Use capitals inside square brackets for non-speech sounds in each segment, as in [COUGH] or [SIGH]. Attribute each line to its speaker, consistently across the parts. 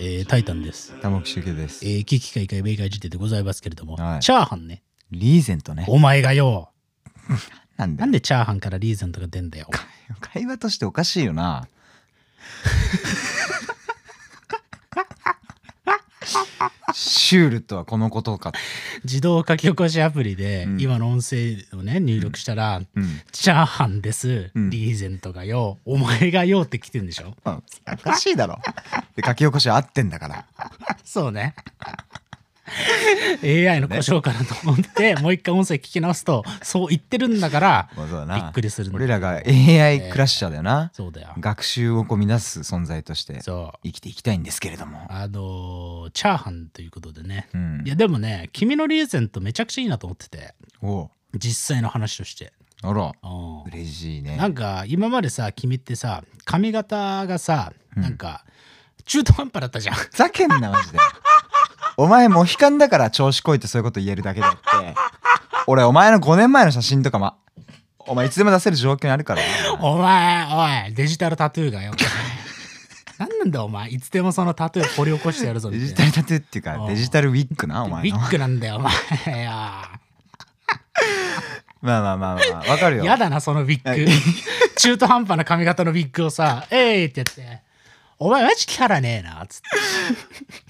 Speaker 1: えータイタンです。
Speaker 2: 玉木周慶です
Speaker 1: え。ー、危機開会明快時点でございますけれども、
Speaker 2: はい
Speaker 1: チャーハンね。
Speaker 2: リーゼントね。
Speaker 1: お前がよ、
Speaker 2: なんで
Speaker 1: なんでチャーハンからリーゼントが出んだよ。
Speaker 2: 会話としておかしいよな。シュールとはこのことか。
Speaker 1: 自動書き起こしアプリで、
Speaker 2: うん
Speaker 1: 今の音声をね、入力したら、
Speaker 2: うん。
Speaker 1: チャーハンです、
Speaker 2: うん
Speaker 1: リーゼントがよ、お前がよって来てるんでし
Speaker 2: [LAUGHS]
Speaker 1: ょ
Speaker 2: おかしいだろ。で、書き起こしは合ってんだから。
Speaker 1: そうね。AI の故障からと思
Speaker 2: [LAUGHS]
Speaker 1: って、もう一回音声聞き直すと、そう言ってるんだから、
Speaker 2: まあそうだ
Speaker 1: び
Speaker 2: な。
Speaker 1: っくりするんだ
Speaker 2: 俺らが AI クラッシャーだよな。
Speaker 1: そうだよ。
Speaker 2: 学習をこう乱す存在として
Speaker 1: そう。
Speaker 2: 生きていきたいんですけれども。
Speaker 1: あのーチャーハンということでね、
Speaker 2: うん
Speaker 1: い。やでもね君のリーゼントめちゃくちゃいいなと思ってて
Speaker 2: おう
Speaker 1: 実際の話として、
Speaker 2: あら。
Speaker 1: うん
Speaker 2: 嬉しいね。
Speaker 1: なんか今までさ君ってさ髪型がさ
Speaker 2: うん
Speaker 1: なんか中途半端だったじゃん、
Speaker 2: ふざけんなマジで [LAUGHS] お前モヒカンだから調子こいてそういうこと言えるだけであって俺お前の5年前の写真とかまお前いつでも出せる状況にあるからな
Speaker 1: [LAUGHS] お前おいデジタルタトゥーがよ [LAUGHS] 何なんだお前いつでもそのタトゥー掘り起こしてやるぞみ
Speaker 2: デ
Speaker 1: たい
Speaker 2: ジ
Speaker 1: な
Speaker 2: タルタトゥーっていう
Speaker 1: う
Speaker 2: か
Speaker 1: ん
Speaker 2: デジタルウィッグなお前
Speaker 1: ビ
Speaker 2: の
Speaker 1: ッグなんだよお前いや
Speaker 2: まあまあまあまあわかるよ
Speaker 1: やだなそのビッグ [LAUGHS] 中途半端な髪型のビッグをさ「えい!」ってやって「お前マジキャラねえな」つって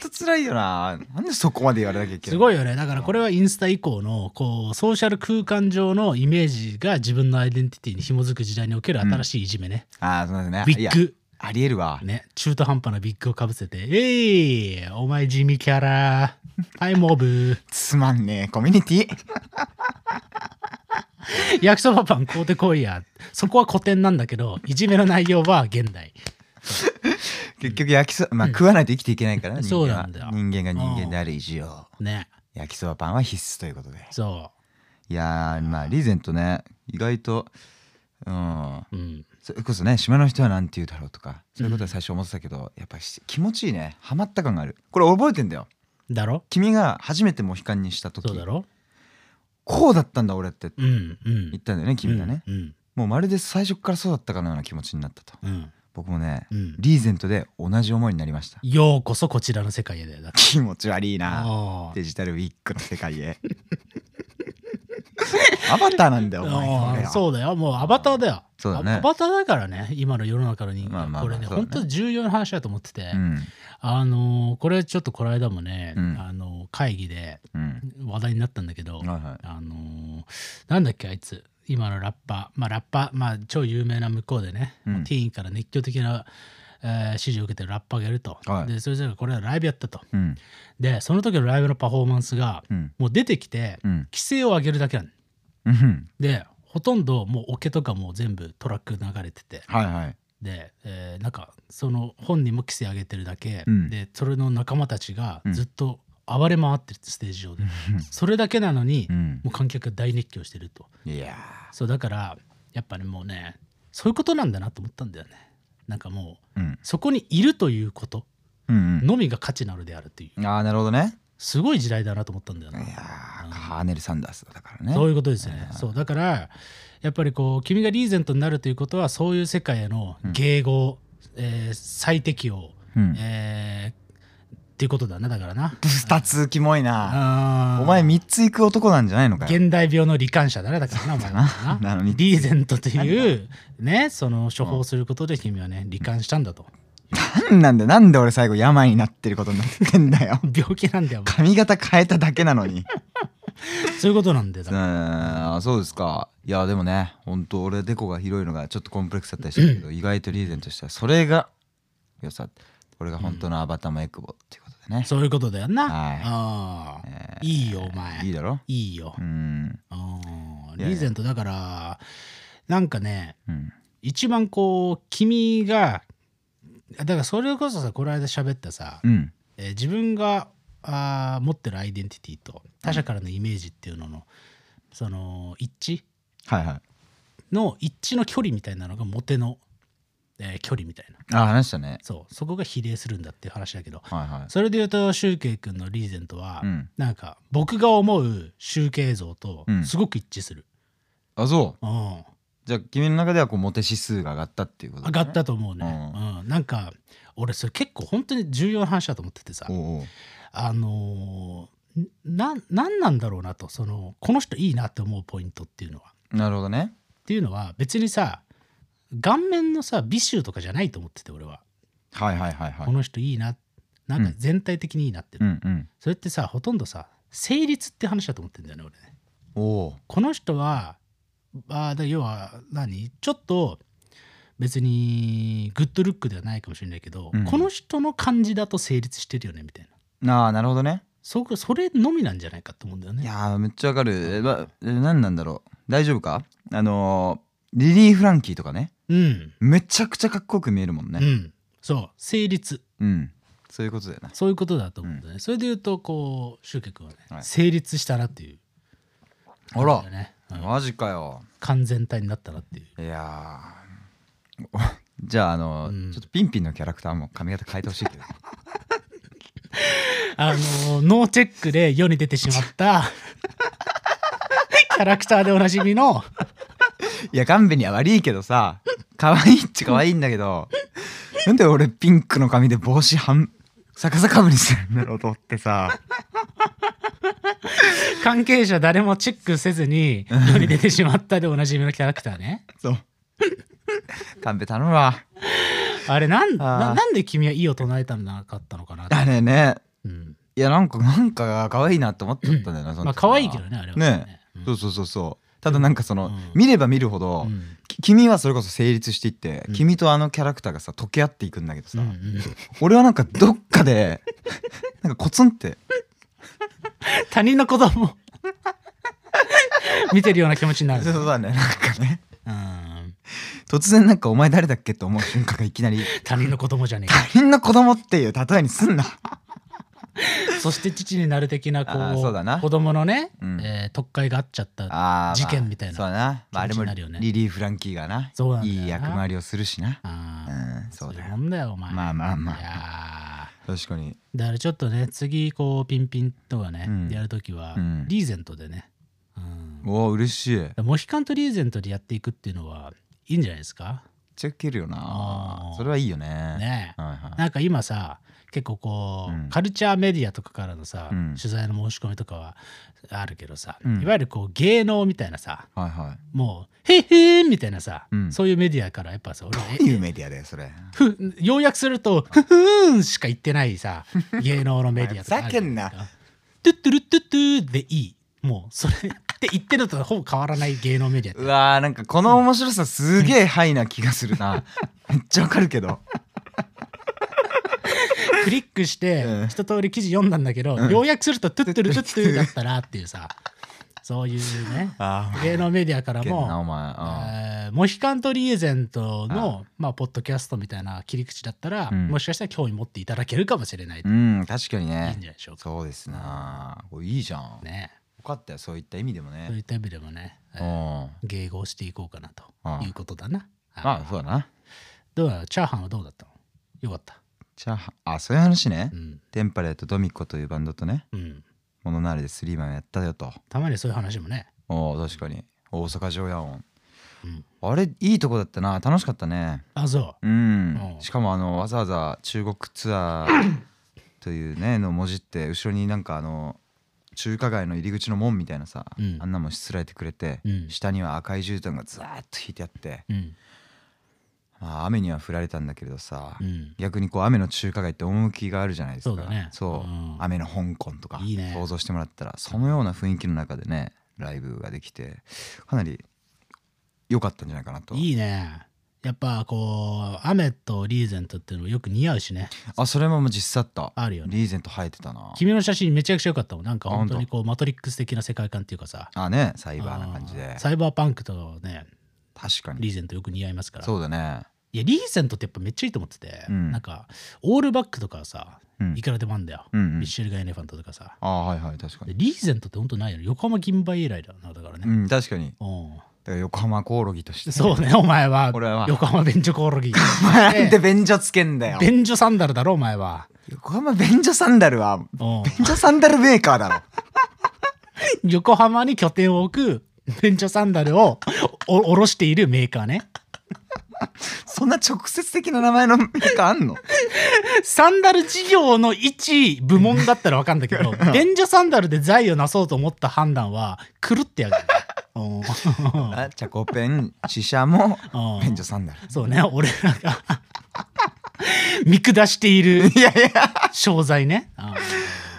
Speaker 2: ほんと辛いよななんでそこまで言われなきゃいけない
Speaker 1: すごいよねだからこれはインスタ以降のこうソーシャル空間上のイメージが自分のアイデンティティに紐づく時代における新しいいじめね、
Speaker 2: ああそうですね
Speaker 1: ビ
Speaker 2: い
Speaker 1: ッ
Speaker 2: や
Speaker 1: グ
Speaker 2: ありえるわ
Speaker 1: ね中途半端なビッグをかぶせて「えいお前地味キャラはいモブ
Speaker 2: つまんねえコミュニティ
Speaker 1: 焼きそばパン買うてこいや」そこは古典なんだけどいじめの内容は現代
Speaker 2: 結局焼きそばまあ食わないと生きていけないからな人
Speaker 1: そう
Speaker 2: 間
Speaker 1: な
Speaker 2: は
Speaker 1: んだよ
Speaker 2: 人間が人間である以上
Speaker 1: ね
Speaker 2: 焼きそばパンは必須ということで
Speaker 1: そ
Speaker 2: いやーまあリーゼントね意外とうん
Speaker 1: ううん
Speaker 2: それこそね島の人は何て言うだろうとかそういうことは最初思ってたけど、やっぱし気持ちいいねハマった感があるこれ覚えてんだよ
Speaker 1: だろ
Speaker 2: 君が初めてモヒカンにした時
Speaker 1: そうだろ
Speaker 2: こうだったんだ俺って
Speaker 1: うんうん
Speaker 2: 言ったんだよね君がね、
Speaker 1: うん
Speaker 2: もうまるで最初からそうだったかのような気持ちになったと
Speaker 1: うん
Speaker 2: 僕もね、
Speaker 1: うん
Speaker 2: リーゼントで同じ思いになりました
Speaker 1: ようこそこちらの世界へだよだって
Speaker 2: 気持ち悪いな
Speaker 1: あー
Speaker 2: デジタルウィッグの世界へ [LAUGHS] アバターなんだよお前
Speaker 1: あ
Speaker 2: これ
Speaker 1: ー
Speaker 2: は
Speaker 1: そうだよもうアバターだよ
Speaker 2: そうだね
Speaker 1: アアバターだからね今の世の中の人間、
Speaker 2: まあまあまあ
Speaker 1: これね
Speaker 2: そうだね
Speaker 1: 本当に重要な話だと思ってて、
Speaker 2: うん
Speaker 1: あのーこれちょっとこの間もね、
Speaker 2: うん
Speaker 1: あのー会議で
Speaker 2: うん
Speaker 1: 話題になったんだけど、
Speaker 2: はいはい
Speaker 1: あのーなんだっけあいつ今のラッパーまあラッパーまあ超有名な向こうでね、
Speaker 2: うん
Speaker 1: ティーンから熱狂的な、えー支持を受けてるラッパーがいると、
Speaker 2: はい
Speaker 1: でそれぞれこれはライブやったと
Speaker 2: うん
Speaker 1: でその時のライブのパフォーマンスが
Speaker 2: うん
Speaker 1: もう出てきて、
Speaker 2: うん
Speaker 1: 規制を上げるだけなの
Speaker 2: うん
Speaker 1: でほとんどもうオケとかも全部トラック流れてて
Speaker 2: はいはい
Speaker 1: で、えーなんかその本人も規制上げてるだけ、
Speaker 2: うん
Speaker 1: でそれの仲間たちが
Speaker 2: うん
Speaker 1: ずっと暴れ回ってるステージ上で、それだけなのに、
Speaker 2: うん
Speaker 1: もう観客が大熱狂してると
Speaker 2: いや
Speaker 1: そうだからやっぱねもうねそういうことなんだなと思ったんだよねなんかもう
Speaker 2: ーうん
Speaker 1: そこにいるということ
Speaker 2: うん
Speaker 1: のみが価値なのであるっていう
Speaker 2: うんああなるほどね
Speaker 1: すごい時代だなと思ったんだよ
Speaker 2: い
Speaker 1: な、
Speaker 2: やーカーネル・サンダースだからね
Speaker 1: そういうことですよね。そうだからやっぱりこう君がリーゼントになるということはそういう世界への迎合、えー最適応、
Speaker 2: うん
Speaker 1: えーっていうことだなだからな。
Speaker 2: 二つキモいな
Speaker 1: あー
Speaker 2: お前三つ行く男なんじゃないのかよ
Speaker 1: 現代病の罹患者だなだから [LAUGHS] なお前は
Speaker 2: ななのに
Speaker 1: リーゼントというね [LAUGHS] その処方することで君はね罹患したんだと
Speaker 2: なんなんだよなんで俺最後病になってることになってんだよ
Speaker 1: 病気なんだ [LAUGHS] よお前
Speaker 2: 髪型変えただけなのに
Speaker 1: そういうことなんだよだ
Speaker 2: うー
Speaker 1: から
Speaker 2: んあそうですかいやでもね本当俺デコが広いのがちょっとコンプレックスだったりしたけど意外とリーゼントしてはそれがよさ俺が本当のアバターもエクボっていうことでね、
Speaker 1: そういうことだよな、
Speaker 2: はい
Speaker 1: あー
Speaker 2: え
Speaker 1: いいよお前
Speaker 2: いいだろ
Speaker 1: いいよ
Speaker 2: う、ん
Speaker 1: あー
Speaker 2: いやいや
Speaker 1: リーゼントだからなんかね
Speaker 2: うん
Speaker 1: 一番こう君がだからそれこそさこの間喋ったさ、
Speaker 2: うん
Speaker 1: えー自分があー持ってるアイデンティティと他者からのイメージっていうのの、その一致
Speaker 2: はいはい
Speaker 1: の一致の距離みたいなのがモテの、えー距離みたいな
Speaker 2: あ話したね
Speaker 1: そうそこが比例するんだっていう話だけど
Speaker 2: はいはい
Speaker 1: それで言うとシュウケイ君のリーゼントは、
Speaker 2: うん
Speaker 1: なんか僕が思うシュウケイ像と
Speaker 2: うん
Speaker 1: すごく一致する。
Speaker 2: あそ
Speaker 1: うん
Speaker 2: じゃあ君の中ではこうモテ指数が上がったっていうことだ
Speaker 1: 上
Speaker 2: ね
Speaker 1: がったと思うね、
Speaker 2: う
Speaker 1: うんなんか俺それ結構本当に重要な話だと思っててさ
Speaker 2: おうおう
Speaker 1: あのーななんなんだろうなとそのこの人いいなって思うポイントっていうのは。
Speaker 2: なるほどね
Speaker 1: っていうのは別にさ顔面のさ美醜とかじゃないと思ってて俺は、
Speaker 2: はいはいはいは
Speaker 1: こ
Speaker 2: い
Speaker 1: の人いいななんか全体的にいいなって、
Speaker 2: うんうん
Speaker 1: それってさほとんどさ成立って話だと思ってんだよね俺ね。
Speaker 2: おお
Speaker 1: この人はあーだ要は何ちょっと別にグッドルックではないかもしれないけど、
Speaker 2: うん
Speaker 1: この人の感じだと成立してるよねみたいな
Speaker 2: ああなるほどね
Speaker 1: そそれのみなんじゃないかと思うんだよ
Speaker 2: い
Speaker 1: ね。
Speaker 2: やーめっちゃわかるえまえ何なんだろう大丈夫かあのーリリー・フランキーとかね
Speaker 1: うん、
Speaker 2: めちゃくちゃかっこよく見えるもん
Speaker 1: う
Speaker 2: ね
Speaker 1: ん、そう成立
Speaker 2: うん、そういうことだよな
Speaker 1: そういうことだと思うんだよね。それで言うとこうシュウケ君はね、
Speaker 2: はい
Speaker 1: 成立したなっていう、
Speaker 2: あら
Speaker 1: そうだねうん
Speaker 2: マジかよ
Speaker 1: 完全体になったなっていう。
Speaker 2: いやー [LAUGHS] おじゃああのー
Speaker 1: うん
Speaker 2: ちょっとピンピンのキャラクターも髪型変えてほしいけど [LAUGHS]
Speaker 1: あのーノーチェックで世に出てしまった
Speaker 2: [LAUGHS]
Speaker 1: キャラクターでおなじみの
Speaker 2: いや勘弁には悪いけどさ可愛いっちゃ可愛いんだけど [LAUGHS] なんで俺ピンクの髪で帽子半逆さかぶりするんだろうと思ってさ
Speaker 1: 関係者誰もチェックせずに世に出てしまったでおなじみのキャラクターね。
Speaker 2: そう勘弁頼むわ
Speaker 1: あれなん
Speaker 2: あー
Speaker 1: ななんで君はいい音唱えたんなかったのかなって
Speaker 2: あれね
Speaker 1: うん、
Speaker 2: いやなんかなんか可愛いなと思っちゃったんだよな、その時
Speaker 1: まあ可愛いけどねあれは
Speaker 2: ね
Speaker 1: うん
Speaker 2: そうそうそうそうただなんかその、
Speaker 1: うん
Speaker 2: 見れば見るほど、
Speaker 1: うん
Speaker 2: き君はそれこそ成立していって、
Speaker 1: うん
Speaker 2: 君とあのキャラクターがさ溶け合っていくんだけど
Speaker 1: う
Speaker 2: さ、
Speaker 1: んうん
Speaker 2: 俺はなんかどっか [LAUGHS] でなんかコツンって
Speaker 1: 他人の子供 [LAUGHS] を見てるような気持ちになる、
Speaker 2: そうだねなんかね
Speaker 1: うん、
Speaker 2: 突然なんかお前誰だっけって思う瞬間がいきなり
Speaker 1: 他人の子供じゃねえ
Speaker 2: [LAUGHS] 他人の子供っていう例えにすんな
Speaker 1: そして父になる的なこ
Speaker 2: あーそうだな
Speaker 1: う子供のね、
Speaker 2: うん
Speaker 1: えー、特会があっちゃった
Speaker 2: あー
Speaker 1: 事件みたいな
Speaker 2: そうだな、まあ、あれ
Speaker 1: 気持ち
Speaker 2: も
Speaker 1: になるよね
Speaker 2: リリー・フランキーがな
Speaker 1: そうなんだよない
Speaker 2: い役回りをするしな
Speaker 1: あー
Speaker 2: うん
Speaker 1: そ
Speaker 2: そう
Speaker 1: うい
Speaker 2: だ
Speaker 1: う
Speaker 2: よ
Speaker 1: もんだよお前、
Speaker 2: まあまあまあ
Speaker 1: いや
Speaker 2: 確かに
Speaker 1: ーだからちょっとね次こうピンピンとかね、
Speaker 2: うん
Speaker 1: やるときは、
Speaker 2: うん
Speaker 1: リーゼントでね、うん、
Speaker 2: おお嬉しい
Speaker 1: モヒカンとリーゼントでやっていくっていうのはいいんじゃないですか
Speaker 2: めっちゃウケるよ
Speaker 1: あ
Speaker 2: な
Speaker 1: ー
Speaker 2: それはいいよね
Speaker 1: ねえ
Speaker 2: はいはい
Speaker 1: なんか今さ結構こう、
Speaker 2: うん
Speaker 1: カルチャーメディアとかからのさ、
Speaker 2: うん
Speaker 1: 取材の申し込みとかはあるけどさ、
Speaker 2: うん
Speaker 1: いわゆるこう芸能みたいなさ
Speaker 2: はいは
Speaker 1: もう「へっへーみたいなさ、
Speaker 2: うん
Speaker 1: そういうメディアからやっぱさ俺
Speaker 2: いどういうメディアだよそれ
Speaker 1: ふ要約すると「ふふーん」しか言ってない
Speaker 2: [LAUGHS]
Speaker 1: さ芸能のメディアとかあるじゃいですか
Speaker 2: ふざけん
Speaker 1: トゥットゥルットゥットゥでいいもうそれって言ってるのとほぼ変わらない芸能メディアって
Speaker 2: [LAUGHS] うわーなんかこの面白さすげえハイな気がす
Speaker 1: [LAUGHS]
Speaker 2: るなめっちゃわかるけど
Speaker 1: クリックして
Speaker 2: うん
Speaker 1: 一通り記事読んだんだけど、
Speaker 2: うん
Speaker 1: 要約するとトゥットゥルトゥットゥだったなっていう
Speaker 2: [LAUGHS]
Speaker 1: さそういうね
Speaker 2: あ
Speaker 1: 芸能メディアから
Speaker 2: けんなお
Speaker 1: も、
Speaker 2: 前あ
Speaker 1: えーモヒカンとリエゼントのまあ、ポッドキャストみたいな切り口だったら、
Speaker 2: うん
Speaker 1: もしかしたら興味持っていただけるかもしれない、
Speaker 2: ー
Speaker 1: い
Speaker 2: うん確かに
Speaker 1: いん
Speaker 2: ね
Speaker 1: じゃないでしょうか
Speaker 2: そうですなこれいいじゃん
Speaker 1: ね
Speaker 2: よかったよそういった意味でも
Speaker 1: そうい
Speaker 2: ね
Speaker 1: った意味でもね、え
Speaker 2: うん
Speaker 1: ー
Speaker 2: ま
Speaker 1: 迎合していこうかなと
Speaker 2: うん
Speaker 1: いうことだな、はい
Speaker 2: あそうだな
Speaker 1: どうだチャーハンはどうだったのよかった
Speaker 2: チャーハンあそういう話ね
Speaker 1: うん
Speaker 2: テンパレーとドミコというバンドとね
Speaker 1: うん
Speaker 2: モノナーレでスリーマンをやったよと
Speaker 1: たまにそういう話もね
Speaker 2: おー確かに大阪城や音
Speaker 1: うん
Speaker 2: あれいいとこだったな楽しかったね
Speaker 1: あそ
Speaker 2: うん
Speaker 1: うん
Speaker 2: しかもあのわざわざ中国ツア
Speaker 1: [COUGHS]
Speaker 2: ーというねの文字って後ろになんかあの中華街の入り口の門みたいなさ、
Speaker 1: うん
Speaker 2: あんなもんしつらえてくれて、
Speaker 1: うん
Speaker 2: 下には赤い絨毯がずーっと引いてあって、
Speaker 1: ううん
Speaker 2: まあ、雨には降られたんだけれどさ、
Speaker 1: うん
Speaker 2: 逆にこう雨の中華街って趣があるじゃないですか
Speaker 1: そうだね
Speaker 2: そう
Speaker 1: うん
Speaker 2: 雨の香港とか
Speaker 1: いいね
Speaker 2: 想像してもらったらそのような雰囲気の中でねライブができてかなり良かったんじゃないかなと
Speaker 1: いいねやっぱこう雨とリーゼントっていうのもよく似合うしね
Speaker 2: あそれも実際あった
Speaker 1: あるよね
Speaker 2: リーゼント生えてたな
Speaker 1: 君の写真めちゃくちゃ良かったもんなんか
Speaker 2: あ
Speaker 1: 本当にこうマトリックス的な世界観っていうかさ
Speaker 2: あねサイバーな感じで
Speaker 1: あーサイバーパンクとね
Speaker 2: 確かに
Speaker 1: リーゼントよく似合いますから
Speaker 2: そうだね
Speaker 1: いやリーゼントってやっぱめっちゃいいと思ってて、
Speaker 2: うん
Speaker 1: なんかオールバックとかさ
Speaker 2: うん
Speaker 1: いくらでもあんだよ、
Speaker 2: うんうん
Speaker 1: ミッシェルガ・エレファントとかさ
Speaker 2: あーはいはい確か
Speaker 1: で
Speaker 2: に
Speaker 1: リーゼントってほんとないよね横浜銀杯以来だなだから
Speaker 2: う
Speaker 1: ね、
Speaker 2: ん確かにだ
Speaker 1: うん
Speaker 2: から横浜コオロギとして
Speaker 1: そうねお前は
Speaker 2: 俺は
Speaker 1: 横浜便所コオロ
Speaker 2: [LAUGHS]
Speaker 1: ギ
Speaker 2: なん [LAUGHS] で便所つけんだよ
Speaker 1: 便所サンダルだろお前は、
Speaker 2: 横浜便所サンダルは
Speaker 1: うん
Speaker 2: 便所サンダルメーカーだろ
Speaker 1: 横浜に拠点を置く便所サンダルをおおろしているメーカーね
Speaker 2: [LAUGHS] そんな直接的な名前のメーカーあんの
Speaker 1: サンダル事業の一部門だったら分かんだけど便所サンダルで財をなそうと思った判断は狂ってやがるうんうん
Speaker 2: あチャコペンシシャも便所サンダル
Speaker 1: [LAUGHS] そうね俺らが見下している
Speaker 2: いやいや
Speaker 1: 商材ねうん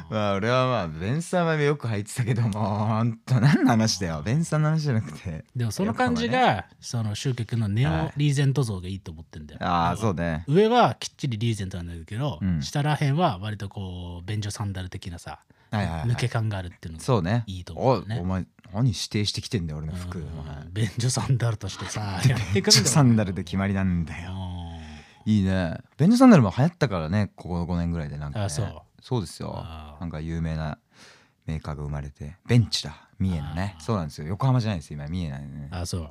Speaker 2: まあ俺はまあベンさんはよく入ってたけどもほんと何の話だよベンさんの話じゃなくて
Speaker 1: でもその感じ
Speaker 2: やっ
Speaker 1: がその集客のネオリーゼント像がいいと思ってんだよ
Speaker 2: ぱああ
Speaker 1: 要は
Speaker 2: そうね
Speaker 1: 上はきっちりリーゼントなんだけど、
Speaker 2: うん
Speaker 1: 下らへんは割とこう便所サンダル的なさ、
Speaker 2: はいはいはい
Speaker 1: 抜け感があるっていうのが
Speaker 2: そうね
Speaker 1: いいと思
Speaker 2: お
Speaker 1: うね
Speaker 2: お前何指定してきてんだよ俺の服
Speaker 1: う
Speaker 2: お
Speaker 1: ん
Speaker 2: 前
Speaker 1: 便所サンダルとして
Speaker 2: [LAUGHS]
Speaker 1: さやっていくんだ
Speaker 2: ベンチ
Speaker 1: よ
Speaker 2: ョサンダルで決まりなんだ
Speaker 1: う
Speaker 2: よ
Speaker 1: ん
Speaker 2: いいねベンチョサンダルも流行ったからねここ5年ぐらいでなんか、ね、
Speaker 1: あそう
Speaker 2: そうですよ
Speaker 1: あー
Speaker 2: なんか有名なメーカーが生まれてベンチだ三重のね
Speaker 1: あー
Speaker 2: そうなんですよ横浜じゃないですよ今三重なんでね
Speaker 1: あそう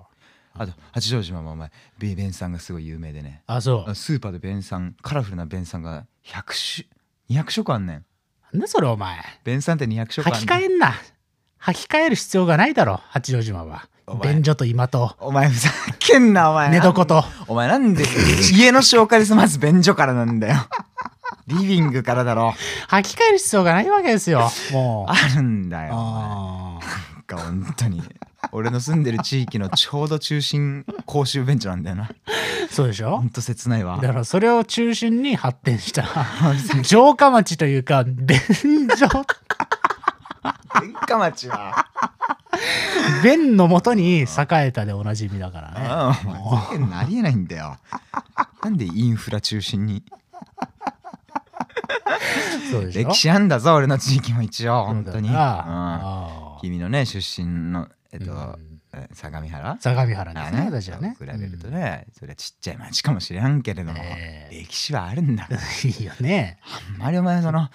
Speaker 2: あと八丈島もお前ベベンさんがすごい有名でね
Speaker 1: あそ
Speaker 2: あスーパーでベンさんカラフルなベンさんが100種200色あんねん
Speaker 1: うなんだそれお前
Speaker 2: ベンさんって200
Speaker 1: 履
Speaker 2: 色あんねん
Speaker 1: き替えんな履き替える必要がないだろ八丈島は
Speaker 2: お前
Speaker 1: 便所と今と
Speaker 2: お前ふざけんなお前
Speaker 1: 寝床と
Speaker 2: お前なん
Speaker 1: [LAUGHS]
Speaker 2: で家の紹介で済ます便所からなんだよリビングからだろ
Speaker 1: 履き替える必要がないわけですよもう
Speaker 2: あるんだよな
Speaker 1: あ
Speaker 2: んか本当に俺の住んでる地域のちょうど中心公衆便所なんだよな
Speaker 1: ーそうでしょ
Speaker 2: ほんと切ないわ
Speaker 1: だからそれを中心に発展した城下町というか便所
Speaker 2: 天下町は
Speaker 1: 便のもとに栄えたでおなじみだか
Speaker 2: うん
Speaker 1: らね
Speaker 2: お前ふざけんなありえないんだよなんでインフラ中心に
Speaker 1: そうでしょ
Speaker 2: 歴史あんだぞ俺の地域も一応本当に、
Speaker 1: そうだな
Speaker 2: うん、
Speaker 1: ああ
Speaker 2: 君のね出身のえっと、
Speaker 1: うん
Speaker 2: え相模原
Speaker 1: 相模原で
Speaker 2: あ
Speaker 1: すね私はね
Speaker 2: 比べるとね、それはちっちゃい町かもしれんけれども、
Speaker 1: ええ
Speaker 2: 歴史はあるんだから
Speaker 1: うんいいよね
Speaker 2: あんまりお前その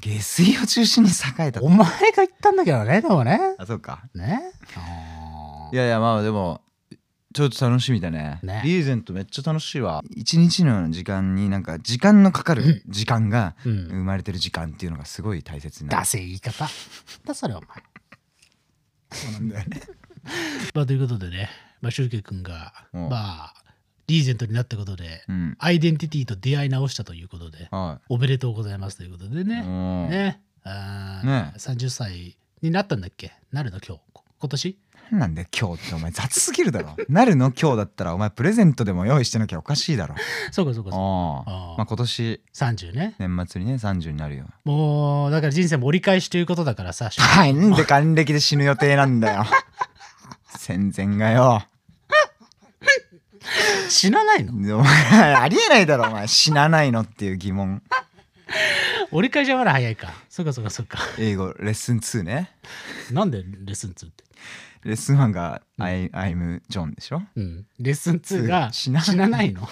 Speaker 2: 下水を中心に栄えた
Speaker 1: お前が言ったんだけどねでもね
Speaker 2: あそうか
Speaker 1: ねあ
Speaker 2: いやいやまあでもちょっと楽しみだね
Speaker 1: ね
Speaker 2: リーゼントめっちゃ楽しいわ一日の時間になんか時間のかかる時間が
Speaker 1: うん
Speaker 2: 生まれてる時間っていうのがすごい大切にな
Speaker 1: ダ
Speaker 2: る
Speaker 1: セい言い方だそれお前
Speaker 2: そうなんだよね
Speaker 1: まあということでねまあシュウケイ君が
Speaker 2: うん
Speaker 1: まあリーゼントになったことで
Speaker 2: うん
Speaker 1: アイデンティティと出会い直したということで
Speaker 2: は
Speaker 1: おめでとうございますということで
Speaker 2: い
Speaker 1: ね、
Speaker 2: うん
Speaker 1: ねあー
Speaker 2: ね
Speaker 1: 30歳になったんだっけなるの今日こ今年
Speaker 2: 何なんだよ今日ってお前雑すぎるだろなるの今日だったらお前プレゼントでも用意してなきゃおかしいだろ
Speaker 1: そうかそうかそうか
Speaker 2: あ
Speaker 1: あ
Speaker 2: あ
Speaker 1: ー
Speaker 2: まあ今年
Speaker 1: 30ね
Speaker 2: 年末にね30になるよ
Speaker 1: もうだから人生も折り返しということだからさ
Speaker 2: [LAUGHS] はいなんで還暦で死ぬ予定なんだよ戦前がよ
Speaker 1: 死なないの
Speaker 2: お前ありえないだろお前死なないのっていう疑問
Speaker 1: 折り返しはまだ早いかそうかそうかそうか
Speaker 2: 英語レッスン2ね
Speaker 1: なんでレッスン2って、
Speaker 2: レッスン1が「I I'm John」でしょ
Speaker 1: うん、レッスン2が
Speaker 2: [LAUGHS] 死な
Speaker 1: 死なないの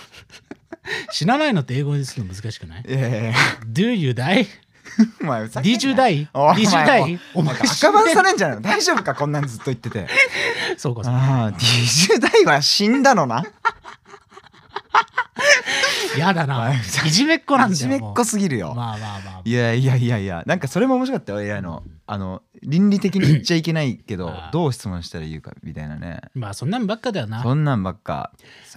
Speaker 1: [LAUGHS] 死なないのって英語にするの難しくない
Speaker 2: いやいやいや
Speaker 1: ?Do you die?
Speaker 2: お前ふざけんな
Speaker 1: D10 代
Speaker 2: お
Speaker 1: D10 代お
Speaker 2: お
Speaker 1: 前
Speaker 2: 前
Speaker 1: 死ん
Speaker 2: 赤
Speaker 1: で
Speaker 2: 番されんじゃないの大丈夫かこんなんずっと言ってて
Speaker 1: そうかそうか
Speaker 2: ああ20代は死んだのな
Speaker 1: やだな。いじめっ子なんだ
Speaker 2: じ
Speaker 1: よ。
Speaker 2: めっ
Speaker 1: もう
Speaker 2: こすぎるよ
Speaker 1: まあまあまあ。
Speaker 2: いやいやいやいやなんかそれも面白かったよ AI のあの倫理的に言っちゃいけないけど
Speaker 1: ああ
Speaker 2: どう質問したら言うかみたいなね
Speaker 1: まあそんなんばっかだよな。
Speaker 2: そんなんばっか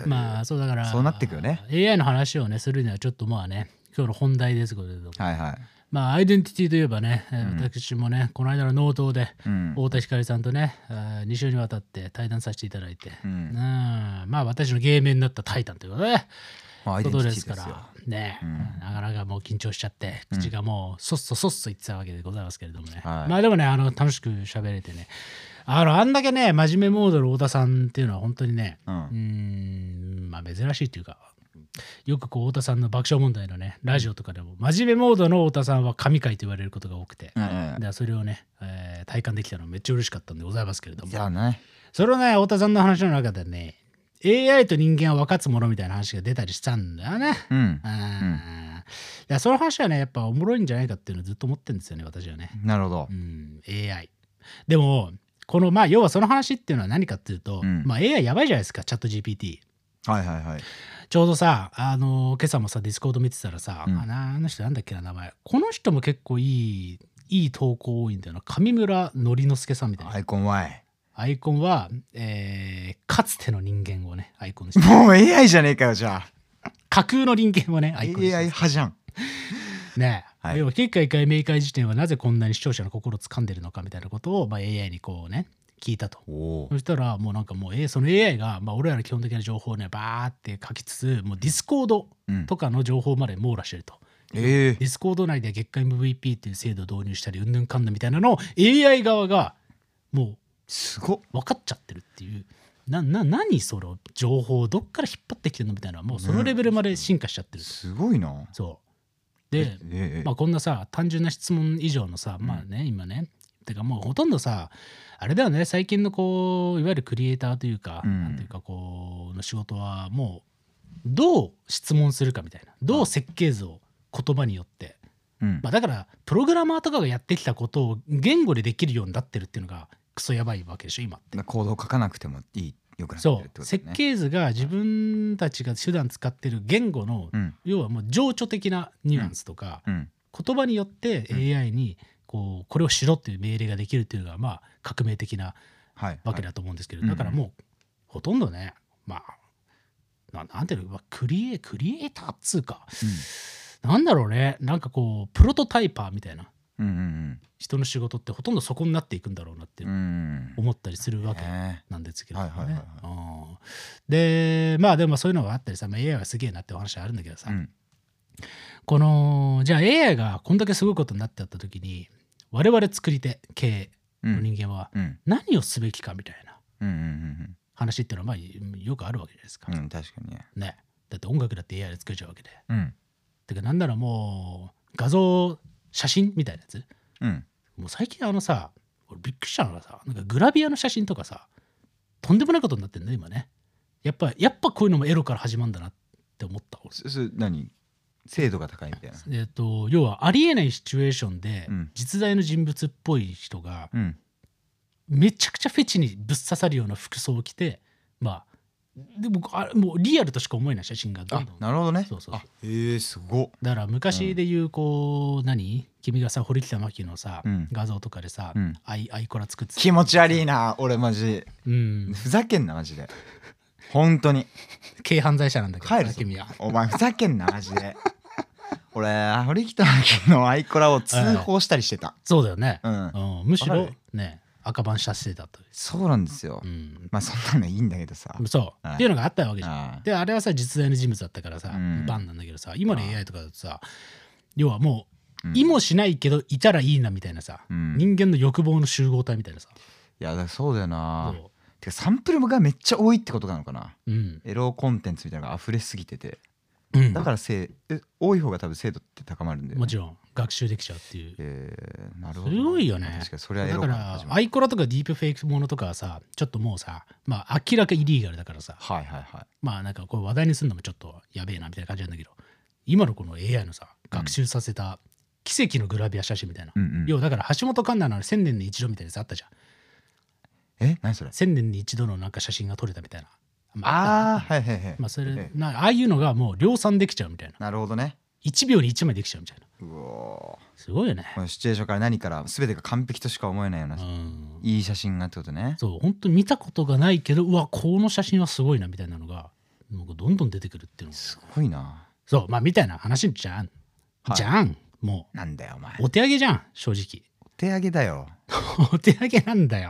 Speaker 1: まあそうだから
Speaker 2: そうなってくよね
Speaker 1: AI の話をねするにはちょっとまあね今日の本題ですけれども
Speaker 2: はいはい
Speaker 1: まあアイデンティティといえばね、えー私もねこの間の納刀で
Speaker 2: うん
Speaker 1: 太田光さんとね、あー2週にわたって対談させていただいて、う
Speaker 2: う
Speaker 1: ん
Speaker 2: ん
Speaker 1: まあ私の芸名になった「タイタン」ということで
Speaker 2: まあアイデンテ
Speaker 1: ことで
Speaker 2: ィティです
Speaker 1: すか
Speaker 2: よ
Speaker 1: らね、
Speaker 2: うん
Speaker 1: なかなかもう緊張しちゃって口がもうそっそそっそ言ってたわけでございますけれどもね、
Speaker 2: はい
Speaker 1: まあでもねあの楽しく喋れてねあのあんだけね真面目モードの太田さんっていうのは本当にね
Speaker 2: うん
Speaker 1: うーんまあ珍しいというかよくこう太田さんの爆笑問題のねラジオとかでも真面目モードの太田さんは神回と言われることが多くて、
Speaker 2: うん
Speaker 1: でそれをね、えー体感できたのはめっちゃ嬉しかったんでございますけれど
Speaker 2: うん
Speaker 1: も
Speaker 2: じゃあね
Speaker 1: それをね太田さんの話の中でね AI と人間は分かつものみたいな話が出たりしたんだよね。
Speaker 2: うん
Speaker 1: うんいやその話はねやっぱおもろいんじゃないかっていうのをずっと思ってるんですよね私はね。
Speaker 2: なるほど
Speaker 1: うん、AI。でもこのまあ要はその話っていうのは何かっていうと、
Speaker 2: うん
Speaker 1: まあ AI やばいじゃないですかチャット GPT。
Speaker 2: はいはいはい
Speaker 1: ちょうどさ、あのー今朝もさディスコード見てたらさ、
Speaker 2: うん
Speaker 1: あなあの人なんだっけな名前この人も結構いいいい投稿多いんだよな上村のりのすけさんみたいな、
Speaker 2: アイコン Y
Speaker 1: アイコンは、えーかつての人間をねアイコンにして
Speaker 2: [LAUGHS] もう AI じゃねえかよじゃあ
Speaker 1: 架空の人間をねアイ
Speaker 2: AI
Speaker 1: コンにしてます
Speaker 2: 派じゃん
Speaker 1: ねえ、
Speaker 2: はい
Speaker 1: 要は結界解明会時点はなぜこんなに視聴者の心を掴んでるのかみたいなことを、まあ、AI にこうね聞いたと。
Speaker 2: おお
Speaker 1: そしたらもうなんかもう、えーその AI が、まあ、俺らの基本的な情報をねバーって書きつつもうディスコード
Speaker 2: うん
Speaker 1: とかの情報まで網羅してると。
Speaker 2: ええ
Speaker 1: ディスコード内で月間 MVP っていう制度を導入したりうんぬんかんぬんみたいなのを AI 側がも
Speaker 2: すごっ
Speaker 1: う分かっちゃってるっていうなな何その情報をどっから引っ張ってきてるのみたいなもうそのレベルまで進化しちゃってる、
Speaker 2: すごいな
Speaker 1: そうで、
Speaker 2: ええ
Speaker 1: まあ、こんなさ単純な質問以上のさまあね、今ねてかもうほとんどさあれだよね最近のこういわゆるクリエイターというか、
Speaker 2: うん
Speaker 1: なんていうかこうの仕事はもうどう質問するかみたいなどう設計図を言葉によって
Speaker 2: うん
Speaker 1: まあ、だからプログラマーとかがやってきたことを言語でできるようになってるっていうのがクソやばいわけでしょ今って。
Speaker 2: コードを書かなくてもいいよくなってる
Speaker 1: そ
Speaker 2: っ
Speaker 1: う、
Speaker 2: てこと
Speaker 1: 設
Speaker 2: ね
Speaker 1: 計図が自分たちが手段使ってる言語の、
Speaker 2: うん
Speaker 1: 要はもう情緒的なニュアンスとか、
Speaker 2: うん
Speaker 1: 言葉によって
Speaker 2: うん
Speaker 1: AI にこうこれをしろっていう命令ができるっていうのがまあ革命的な
Speaker 2: はい
Speaker 1: わけ
Speaker 2: はい
Speaker 1: だと思うんですけど、
Speaker 2: はい
Speaker 1: だからもうほとんどねまあななんていうのまあクリエクリエイターっつうかなんだろうねなんかこうプロトタイパーみたいな
Speaker 2: うんうん
Speaker 1: 人の仕事ってほとんどそこになっていくんだろうなって
Speaker 2: うんうん
Speaker 1: 思ったりするわけ
Speaker 2: ね
Speaker 1: なんですけれど
Speaker 2: はい
Speaker 1: も
Speaker 2: はいはい
Speaker 1: ね。うんでまあでもそういうのがあったりさ、まあ、AI はすげえなってお話あるんだけどさ、
Speaker 2: うん
Speaker 1: このじゃあ AI がこんだけすごいことになってあった時に我々作り手経
Speaker 2: う
Speaker 1: 営
Speaker 2: ん
Speaker 1: の人間は
Speaker 2: うん
Speaker 1: 何をすべきかみたいな
Speaker 2: うんうん
Speaker 1: 話っていうのはまあよくあるわけじゃないですか。
Speaker 2: うんうん確かにね
Speaker 1: ね、だって音楽だって AI で作れちゃうわけで。
Speaker 2: うん
Speaker 1: てかなんならもう画像写真みたいなやつ
Speaker 2: うん
Speaker 1: もう最近あのさ俺びっくりしたのがさなんかグラビアの写真とかさとんでもないことになってんね今ねやっぱやっぱこういうのもエロから始まるんだなって思った俺
Speaker 2: そそれ何精度が高いみたいな
Speaker 1: えっと要はありえないシチュエーションで、
Speaker 2: うん
Speaker 1: 実在の人物っぽい人が
Speaker 2: うん
Speaker 1: めちゃくちゃフェチにぶっ刺さるような服装を着てまあでもあもうリアルとしか思えない写真がど
Speaker 2: あ
Speaker 1: んどんだ
Speaker 2: なるほどね
Speaker 1: そうそうそう
Speaker 2: あええすごっ
Speaker 1: から昔で言うこう、何君がさ堀北真希のさ、
Speaker 2: うん
Speaker 1: 画像とかでさ、
Speaker 2: うん
Speaker 1: アイアイコラ作ってた
Speaker 2: 気持ち悪いな俺マジ
Speaker 1: うん
Speaker 2: ふざけんなマジで本当に
Speaker 1: 軽犯罪者なんだけど
Speaker 2: 帰る
Speaker 1: さ
Speaker 2: ぞ
Speaker 1: 君は
Speaker 2: お前ふざけんなマジで俺堀北真希のアイコラを通報したりしてた、
Speaker 1: そうだよね、
Speaker 2: うん
Speaker 1: うんむし
Speaker 2: わ
Speaker 1: ろ
Speaker 2: かる
Speaker 1: ね赤番させてたと、
Speaker 2: そうなんですよ、
Speaker 1: うん、
Speaker 2: まあそんなのいいんだけどさ、
Speaker 1: そう、
Speaker 2: はい
Speaker 1: っていうのがあったわけじゃん
Speaker 2: ああ
Speaker 1: であれはさ実在の人物だったからさ、
Speaker 2: うん
Speaker 1: バンなんだけどさ今の AI とかだとさ要はもう、
Speaker 2: うん
Speaker 1: いもしないけどいたらいいなみたいなさ、
Speaker 2: うん
Speaker 1: 人間の欲望の集合体みたいなさ、
Speaker 2: いやだからそうだよな
Speaker 1: そ
Speaker 2: てかサンプルがめっちゃ多いってことなのかな
Speaker 1: ううん
Speaker 2: エロコンテンツみたいなのが溢れすぎてて
Speaker 1: うん、
Speaker 2: だからせいえ多い方が多分精度って高まるんで、
Speaker 1: もちろん学習できちゃうっていう
Speaker 2: えーなるほど
Speaker 1: すごいよね
Speaker 2: 確かにそれはエ
Speaker 1: だ
Speaker 2: ロ
Speaker 1: か
Speaker 2: から始ま
Speaker 1: ア
Speaker 2: る
Speaker 1: イコラとかディープフェイクものとかはさちょっともうさまあ明らかイリーガルだからさ
Speaker 2: はいはいはい
Speaker 1: まあなんかこう話題にするのもちょっとやべえなみたいな感じなんだけど今のこの AI のさ学習させた奇跡のグラビア写真みたいな、
Speaker 2: うんうん
Speaker 1: 要はだから橋本環奈のあの千年に一度みたいなやつあったじゃん
Speaker 2: え何それ
Speaker 1: 千年に一度のなんか写真が撮れたみたいな、まああった
Speaker 2: ああーはいはいはい、
Speaker 1: まあそ
Speaker 2: え
Speaker 1: れ
Speaker 2: え
Speaker 1: なああいうのがもう量産できちゃうみたいな
Speaker 2: なるほどね
Speaker 1: 1秒に1枚できちゃうみたいな
Speaker 2: うおー
Speaker 1: すごいよね
Speaker 2: このシチュエーションから何から全てが完璧としか思えないような、
Speaker 1: うん
Speaker 2: いい写真がってことね
Speaker 1: そう本当に見たことがないけどうわこの写真はすごいなみたいなのがなんかどんどん出てくるっていうのが
Speaker 2: すごいな
Speaker 1: そうまあみたいな話じゃん、
Speaker 2: はい
Speaker 1: じゃんも
Speaker 2: なんだよお前
Speaker 1: うお手上げじゃん正直
Speaker 2: お手上げだよ、
Speaker 1: お手上げなんだよ。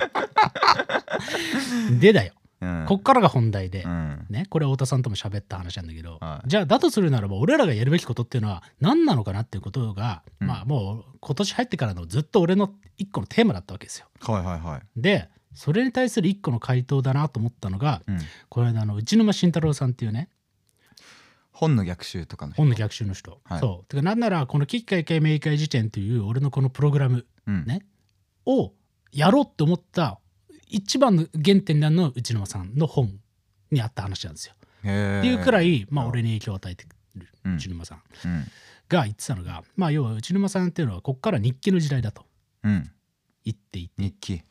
Speaker 1: でだよ。
Speaker 2: うん、
Speaker 1: こっからが本題で
Speaker 2: う、ん
Speaker 1: ね、これ太田さんとも喋った話なんだけど、
Speaker 2: はい
Speaker 1: じゃあだとするならば俺らがやるべきことっていうのは何なのかなっていうことが、
Speaker 2: うん
Speaker 1: まあもう今年入ってからのずっと俺の一個のテーマだったわけですよ。
Speaker 2: はいはいはい
Speaker 1: でそれに対する一個の回答だなと思ったのが、
Speaker 2: うん
Speaker 1: この間あの内沼慎太郎さんっていうね
Speaker 2: 本の逆襲とかの人
Speaker 1: 本の逆襲の人。
Speaker 2: はい
Speaker 1: そうてかなんならこの「きっかけ明快辞典」という俺のこのプログラム
Speaker 2: うん
Speaker 1: ね、をやろうって思った一番の原点になるのは内沼さんの本にあった話なんですよ。
Speaker 2: へー
Speaker 1: っていうくらい、まあ、
Speaker 2: うん
Speaker 1: 俺に影響を与えてる
Speaker 2: うん
Speaker 1: 内沼さん
Speaker 2: うん
Speaker 1: が言ってたのが、まあ、要は内沼さんっていうのはここから日記の時代だと
Speaker 2: うん
Speaker 1: 言っていて、
Speaker 2: 日記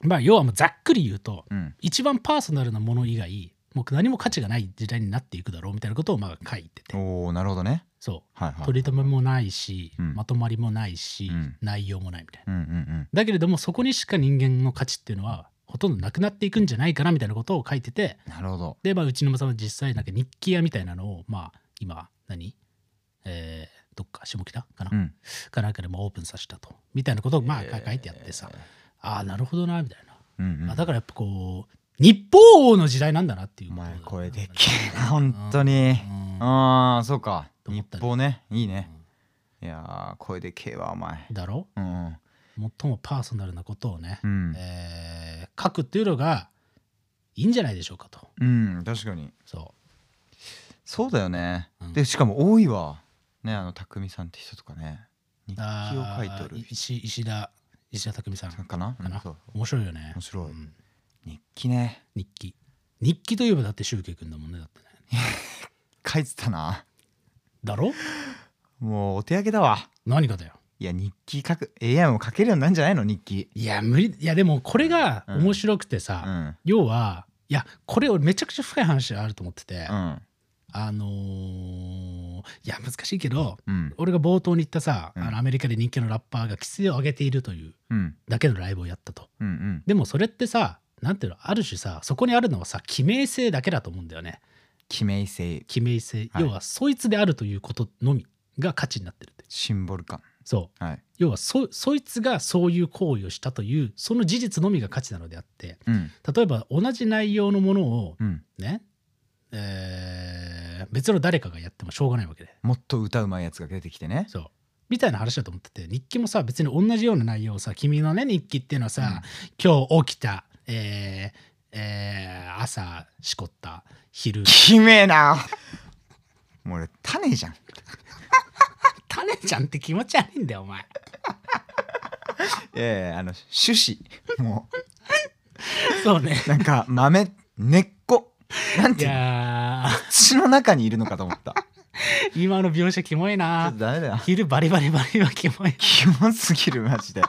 Speaker 1: まあ、要はもうざっくり言うと
Speaker 2: うん
Speaker 1: 一番パーソナルなもの以外もう何も価値がない時代になっていくだろうみたいなことをまあ書いてて
Speaker 2: おおなるほどね
Speaker 1: そ
Speaker 2: はいは
Speaker 1: う
Speaker 2: い
Speaker 1: 取り留めもないし、
Speaker 2: うん
Speaker 1: まとまりもないし、
Speaker 2: うん
Speaker 1: 内容もないみたいな。
Speaker 2: うんうん
Speaker 1: だけれどもそこにしか人間の価値っていうのはほとんどなくなっていくんじゃないかなみたいなことを書いてて
Speaker 2: なるほど
Speaker 1: で、まあ、うちのさんは実際なんか日記屋みたいなのを、まあ、今何、えーどっか下北かな、
Speaker 2: うん
Speaker 1: かなんかでもオープンさせたとみたいなことをまあ書いてあってさ、ああなるほどなみたいな、
Speaker 2: うんうん
Speaker 1: あだからやっぱこう日本王の時代なんだなっていう
Speaker 2: お
Speaker 1: とだよ
Speaker 2: 前
Speaker 1: ね
Speaker 2: これでっけえな本当に
Speaker 1: うん
Speaker 2: ああそうか
Speaker 1: と思
Speaker 2: 日
Speaker 1: ったね
Speaker 2: 報ねいいねいやーこれでっけえわお前
Speaker 1: だろ
Speaker 2: うん
Speaker 1: 最もパーソナルなことをね、
Speaker 2: うん
Speaker 1: えー書くっていうのがいいんじゃないでしょうかと
Speaker 2: うん確かに
Speaker 1: そ
Speaker 2: そうだよね、
Speaker 1: うん
Speaker 2: でしかも多いわねあの匠さんって人とかね日
Speaker 1: う
Speaker 2: 記を書いと
Speaker 1: あー
Speaker 2: る
Speaker 1: 石石田石田匠さん
Speaker 2: かな
Speaker 1: か
Speaker 2: うん
Speaker 1: な
Speaker 2: そう
Speaker 1: 面白いよね
Speaker 2: 面白い
Speaker 1: うん
Speaker 2: 日記ね
Speaker 1: 日記日記といえばだって周く君だもんねだってね
Speaker 2: 書いてたな
Speaker 1: だろ
Speaker 2: もうお手上げだわ
Speaker 1: 何かだよ
Speaker 2: いや日記書く AI も書けるようになるんじゃないの日記
Speaker 1: いや無理いやでもこれが面白くてさ、
Speaker 2: うん
Speaker 1: 要はいやこれ俺めちゃくちゃ深い話あると思ってて、
Speaker 2: うん
Speaker 1: あのーいや難しいけど
Speaker 2: うん
Speaker 1: 俺が冒頭に言ったさ、
Speaker 2: うん
Speaker 1: あのアメリカで人気のラッパーが規制を上げているという
Speaker 2: うん
Speaker 1: だけのライブをやったと
Speaker 2: うんうん
Speaker 1: でもそれってさなんていうのある種さそこにあるのはさ記名性だけだと思うんだよね
Speaker 2: 記名性
Speaker 1: 記名性、
Speaker 2: はい
Speaker 1: 要はそいつであるということのみが価値になってるって
Speaker 2: シンボル感
Speaker 1: そう
Speaker 2: はい
Speaker 1: 要はそそいつがそういう行為をしたというその事実のみが価値なのであって
Speaker 2: うん
Speaker 1: 例えば同じ内容のものを
Speaker 2: うん
Speaker 1: ね、えー別の誰かがやってもしょうがないわけで
Speaker 2: もっと歌うまいやつが出てき
Speaker 1: [LAUGHS]
Speaker 2: てね
Speaker 1: そうみたいな話だと思ってて日記もさ別に同じような内容をさ君のね日記っていうのはさ、今日起きた、えーえー朝しこった昼
Speaker 2: きめえなもう俺種じゃん
Speaker 1: 種ちゃんって気持ち悪いんだよお前
Speaker 2: ええあの種子も
Speaker 1: そうね
Speaker 2: うなんか豆根っこなん
Speaker 1: い
Speaker 2: ていうの
Speaker 1: や
Speaker 2: 土の中にいるのかと
Speaker 1: [LAUGHS]
Speaker 2: 思った。ち
Speaker 1: ー今の描写キモい
Speaker 2: ょっ
Speaker 1: な
Speaker 2: とダメだよ。
Speaker 1: 昼バリバリバリはキモい
Speaker 2: キモすぎるマジで。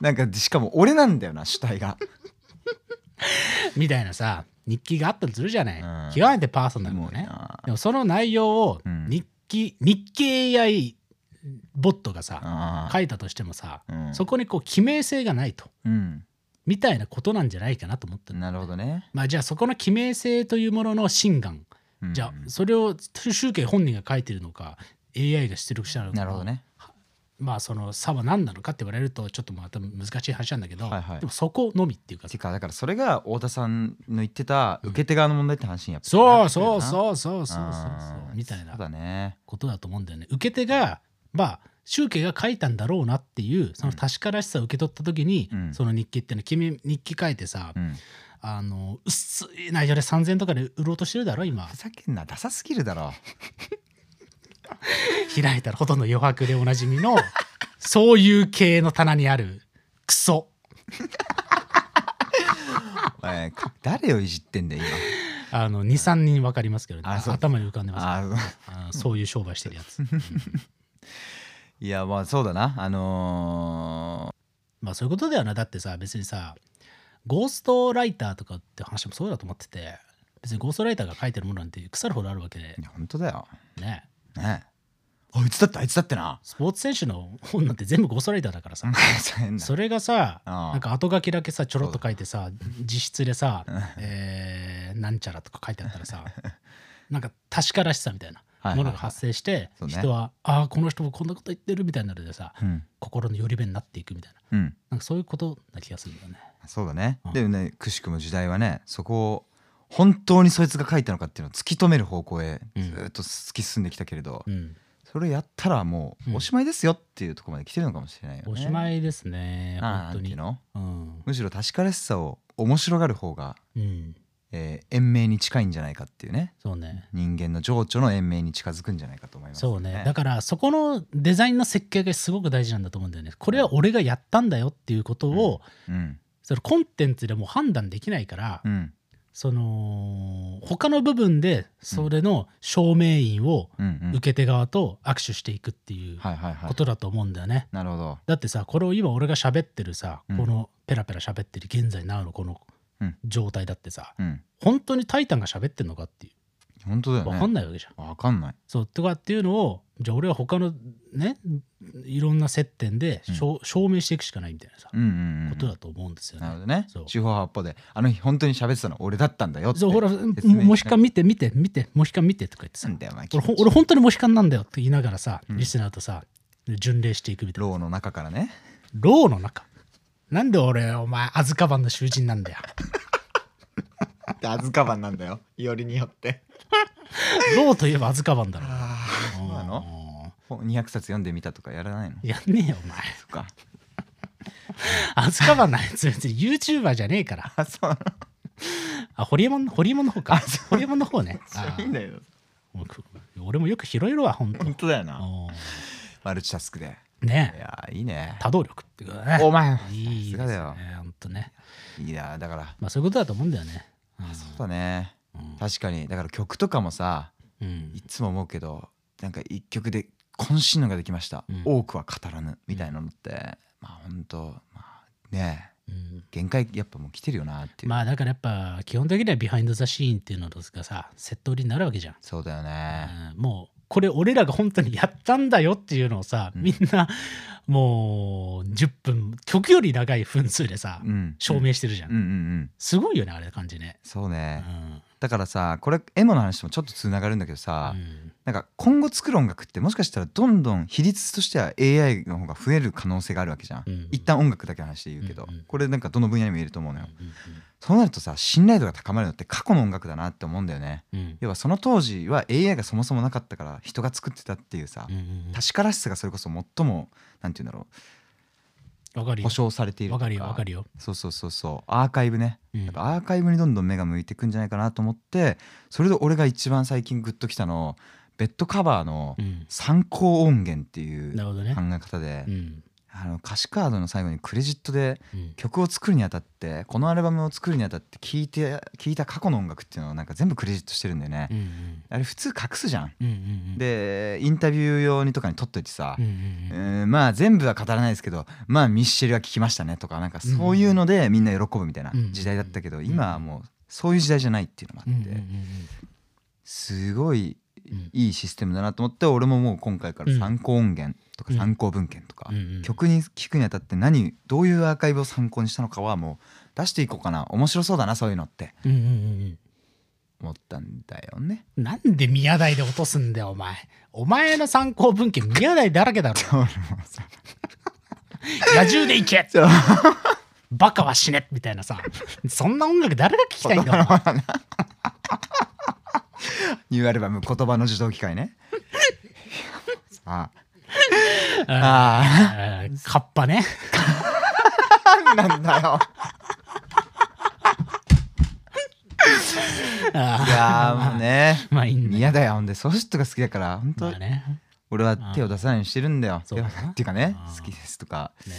Speaker 2: なんかしかも俺なんだよな主体が。
Speaker 1: みたいなさ日記があったりするじゃない、
Speaker 2: うん
Speaker 1: 極めてパーソナルの
Speaker 2: キモい
Speaker 1: ね
Speaker 2: な
Speaker 1: でもその内容を
Speaker 2: うん
Speaker 1: 日記、日記 AI ボットがさ
Speaker 2: あ
Speaker 1: 書いたとしてもさ、
Speaker 2: ーうん
Speaker 1: そこにこう記名性がないと
Speaker 2: うん。
Speaker 1: みたいなことなんじゃないかなと思ってる、
Speaker 2: なるほどね。
Speaker 1: まあじゃあそこの記名性というものの真贋、
Speaker 2: うん
Speaker 1: じゃあそれを集計本人が書いてるのか AI が出力したのか
Speaker 2: なるほどね。
Speaker 1: まあその差は何なのかって言われるとちょっとまた難しい話なんだけど、
Speaker 2: はいはい
Speaker 1: でもそこのみっていうか
Speaker 2: てかだからそれが太田さんの言ってた受け手側の問題って話にやっぱ
Speaker 1: そうそう
Speaker 2: う
Speaker 1: そうそうそうそう
Speaker 2: あー
Speaker 1: みたいな
Speaker 2: そうだね。
Speaker 1: ことだと思うんだよね。受け手がまあ集計が書いたんだろうなっていうその確からしさを受け取った時に、
Speaker 2: うん
Speaker 1: その日記っていうのは君日記書いてさ、
Speaker 2: うん。
Speaker 1: あの薄い内容で3,000とかで売ろうとしてるだろ今
Speaker 2: ふざけんなダサすぎるだろ。
Speaker 1: 開いたらほとんど余白でおなじみ
Speaker 2: [LAUGHS]
Speaker 1: のそういう系の棚にあるクソ
Speaker 2: [LAUGHS] お
Speaker 1: [LAUGHS]
Speaker 2: いか誰をいじってんだよ
Speaker 1: あの23人分かりますけどね
Speaker 2: あそう
Speaker 1: 頭に浮かんで
Speaker 2: 今。
Speaker 1: ます
Speaker 2: あー
Speaker 1: あそういう商売してるやつ、うん
Speaker 2: [LAUGHS] いやまあそうだな。あの
Speaker 1: まあそういうことだよなだってさ別にさゴーストライターとかって話もそうだと思ってて別にゴーストライターが書いてるものなんて腐るほどあるわけで
Speaker 2: ーいや本当だよ。
Speaker 1: ね
Speaker 2: ねえあいつだってあいつだってな [LAUGHS]
Speaker 1: スポーツ選手の本なんて全部ゴーストライターだからさ
Speaker 2: 変な
Speaker 1: それがさ
Speaker 2: ああ [LAUGHS]
Speaker 1: なんか後書きだけさちょろっと書いてさ自筆でさ
Speaker 2: ん
Speaker 1: 「えーなんちゃら」とか書いてあったら
Speaker 2: [LAUGHS]
Speaker 1: さなんか確からしさみたい
Speaker 2: は
Speaker 1: ない
Speaker 2: いはいは
Speaker 1: ものが発生して
Speaker 2: そうね
Speaker 1: 人は「ああこの人もこんなこと言ってる」みたいなのでさ
Speaker 2: うん
Speaker 1: 心のよりべになっていくみたいな
Speaker 2: うん
Speaker 1: なんかそういうことな気がするんだよね。
Speaker 2: そうだね、
Speaker 1: うん
Speaker 2: でもねくしくも時代はねそこを本当にそいつが書いたのかっていうのを突き止める方向へ
Speaker 1: う
Speaker 2: ず
Speaker 1: ん
Speaker 2: ーっと突き進んできたけれど、
Speaker 1: うん、
Speaker 2: それをやったらも
Speaker 1: うん
Speaker 2: うおしまいですよっていうところまで来てるのかもしれないよね。
Speaker 1: おしま
Speaker 2: い
Speaker 1: いですね、
Speaker 2: な
Speaker 1: 本
Speaker 2: ん
Speaker 1: 当
Speaker 2: ていう
Speaker 1: に。
Speaker 2: の
Speaker 1: うん
Speaker 2: むしろ確からしさを面白がる方が、
Speaker 1: うん、
Speaker 2: えー延命に近いんじゃないかっていうね
Speaker 1: そうね。
Speaker 2: 人間の情緒の延命に近づくんじゃないかと思います、
Speaker 1: そうねだからそこのデザインの設計がすごく大事なんだと思うんだよね。これは俺がやったんだよっていうことを、
Speaker 2: うん
Speaker 1: そのコンテンツでもう判断できないから、
Speaker 2: うん
Speaker 1: その他の部分でそれの証明員を
Speaker 2: うんうん
Speaker 1: 受け手側と握手していくっていう
Speaker 2: はいはいはい
Speaker 1: ことだと思うんだよね。
Speaker 2: なるほど
Speaker 1: だってさこれを今俺が喋ってるさ
Speaker 2: うん
Speaker 1: このペラペラ喋ってる現在なおのこの
Speaker 2: うん
Speaker 1: 状態だってさ
Speaker 2: うん
Speaker 1: 本当にタイタンが喋ってんのかっていう
Speaker 2: い本当だよね
Speaker 1: 分かんないわけじゃん。
Speaker 2: わかんない
Speaker 1: そうとかっていうのをじゃあ俺は他のねいろんな接点で、しょ証明していくしかないみたいなさ、
Speaker 2: うんうん、う
Speaker 1: こ
Speaker 2: ん、
Speaker 1: とだと思うんですよ
Speaker 2: な
Speaker 1: ね
Speaker 2: るほ。どね
Speaker 1: そう
Speaker 2: 四方八方であの日本当に喋ってたの俺だったんだよって
Speaker 1: そうほら
Speaker 2: 説明しない
Speaker 1: モヒカン見て見て見てモヒカン見てとか言ってさ
Speaker 2: なんだよお前
Speaker 1: 俺ほ俺本当にモヒカンなんだよって言いながらさ、リスナーとさ巡礼していくみたいな
Speaker 2: 牢の中からね
Speaker 1: 牢の中なんで俺お前アズカバンの囚人なん
Speaker 2: [LAUGHS]
Speaker 1: だよ
Speaker 2: でアズカバンなんだよよりによって
Speaker 1: 牢といえばアズカバンだろ
Speaker 2: ああ [LAUGHS] そうなの
Speaker 1: の
Speaker 2: 本200冊読んでみたとかやらないの
Speaker 1: やんねえよお前
Speaker 2: そっか [LAUGHS]
Speaker 1: アズカバンのやつ別に YouTuber じゃねえから
Speaker 2: あそうな
Speaker 1: あホリエモンホリエモンの方
Speaker 2: [LAUGHS]
Speaker 1: かホリエモンの方ねあ
Speaker 2: のいいんだよ
Speaker 1: お前く俺もよく拾えるわ本当
Speaker 2: 本当だよな
Speaker 1: おー
Speaker 2: マルチタスクでい
Speaker 1: ねえ
Speaker 2: やいいね
Speaker 1: 多動力ってことだね
Speaker 2: お前
Speaker 1: いいです
Speaker 2: さすがだよ
Speaker 1: ねほんとね
Speaker 2: いやだから
Speaker 1: まあそういうことだと思うんだよね
Speaker 2: そうだね確かにだから曲とかもさ
Speaker 1: うん
Speaker 2: いつも思うけどなんか一曲で渾身のができました、
Speaker 1: うん
Speaker 2: 多くは語らぬみたいなのって、まあ本当まあねえ
Speaker 1: うん
Speaker 2: 限界やっぱもう来てるよなっていう、
Speaker 1: まあだからやっぱ基本的にはビハインド・ザ・シーンっていうのがさセット売りになるわけじゃん、
Speaker 2: そうだよね、
Speaker 1: うんもうこれ俺らが本当にやったんだよっていうのをさ、みんなもう10分曲より長い分数でさ、
Speaker 2: うん、
Speaker 1: 証明してるじゃん、
Speaker 2: うんうんうん
Speaker 1: すごいよねあれ感じね、
Speaker 2: そう
Speaker 1: う
Speaker 2: ね、
Speaker 1: ん
Speaker 2: だからさこれエモの話ともちょっとつながるんだけどさ、
Speaker 1: うん
Speaker 2: なんか今後作る音楽ってもしかしたらどんどん比率としては AI の方が増える可能性があるわけじゃん、
Speaker 1: うん
Speaker 2: 一旦音楽だけの話で言うけど、
Speaker 1: うんうん
Speaker 2: これなんかどの分野にも言えると思うのよ、
Speaker 1: う
Speaker 2: そうなるとさ信頼度が高まるのって過去の音楽だなって思うんだよね
Speaker 1: んうん
Speaker 2: 要はその当時は AI がそもそもなかったから人が作ってたっていうさ、
Speaker 1: うんうん
Speaker 2: 確からしさがそれこそ最もなんて言うんだろ
Speaker 1: わかる
Speaker 2: う
Speaker 1: よ
Speaker 2: 保証されている
Speaker 1: わかるよわかる
Speaker 2: よ
Speaker 1: よ、
Speaker 2: そうそうそうそうアーカイブね、
Speaker 1: うん
Speaker 2: やっぱアーカイブにどんどん目が向いてくんじゃないかなと思ってそれで俺が一番最近グッときたのベッドカバーの
Speaker 1: うん
Speaker 2: 参考音源っていう
Speaker 1: なる
Speaker 2: 考
Speaker 1: ほど
Speaker 2: え
Speaker 1: ね、
Speaker 2: 方で、
Speaker 1: うん
Speaker 2: あの歌詞カードの最後にクレジットで
Speaker 1: うん
Speaker 2: 曲を作るにあたってこのアルバムを作るにあたって聞いて聞いた過去の音楽っていうのをなんか全部クレジットしてるんだよね、
Speaker 1: うんうん
Speaker 2: あれ普通隠すじゃん、
Speaker 1: うんうん
Speaker 2: でインタビュー用にとかに撮っといてさ、
Speaker 1: う
Speaker 2: うん
Speaker 1: うんんうん
Speaker 2: まあ全部は語らないですけどまあミッシェルは聞きましたねとかなんかそういうのでみんな喜ぶみたいな
Speaker 1: うん
Speaker 2: 時代だったけど、
Speaker 1: ん
Speaker 2: 今はもうそういう時代じゃないっていうのもあ
Speaker 1: うんうん
Speaker 2: って、すごいいいシステムだなと思って俺ももう今回から参考音源とか
Speaker 1: うん
Speaker 2: 参考文献とか、
Speaker 1: うんうんうん
Speaker 2: 曲に聞くにあたって何どういうアーカイブを参考にしたのかはもう出していこうかな面白そうだなそういうのって
Speaker 1: うんうんうんうん
Speaker 2: 思ったんだよね。
Speaker 1: なんで宮台で落とすんだよ、お前。お前の参考文献、宮台だらけ [LAUGHS] だろ。野獣で行け
Speaker 2: そう
Speaker 1: バカは死ねみたいなさ。そんな音楽誰が聞きたいん [LAUGHS] だよお前。
Speaker 2: ニューアルバム「言葉の受動機会
Speaker 1: [LAUGHS]
Speaker 2: ね」さああ
Speaker 1: えーカッパね。
Speaker 2: あなんだよいやーもうね
Speaker 1: まあいいんだよ。
Speaker 2: 嫌だよほんでそういう人が好きだから本当
Speaker 1: まあね。
Speaker 2: 俺は手を出さないようにしてるんだよ
Speaker 1: そうだな
Speaker 2: 手をっていうかね
Speaker 1: うん
Speaker 2: 好きですとか
Speaker 1: ね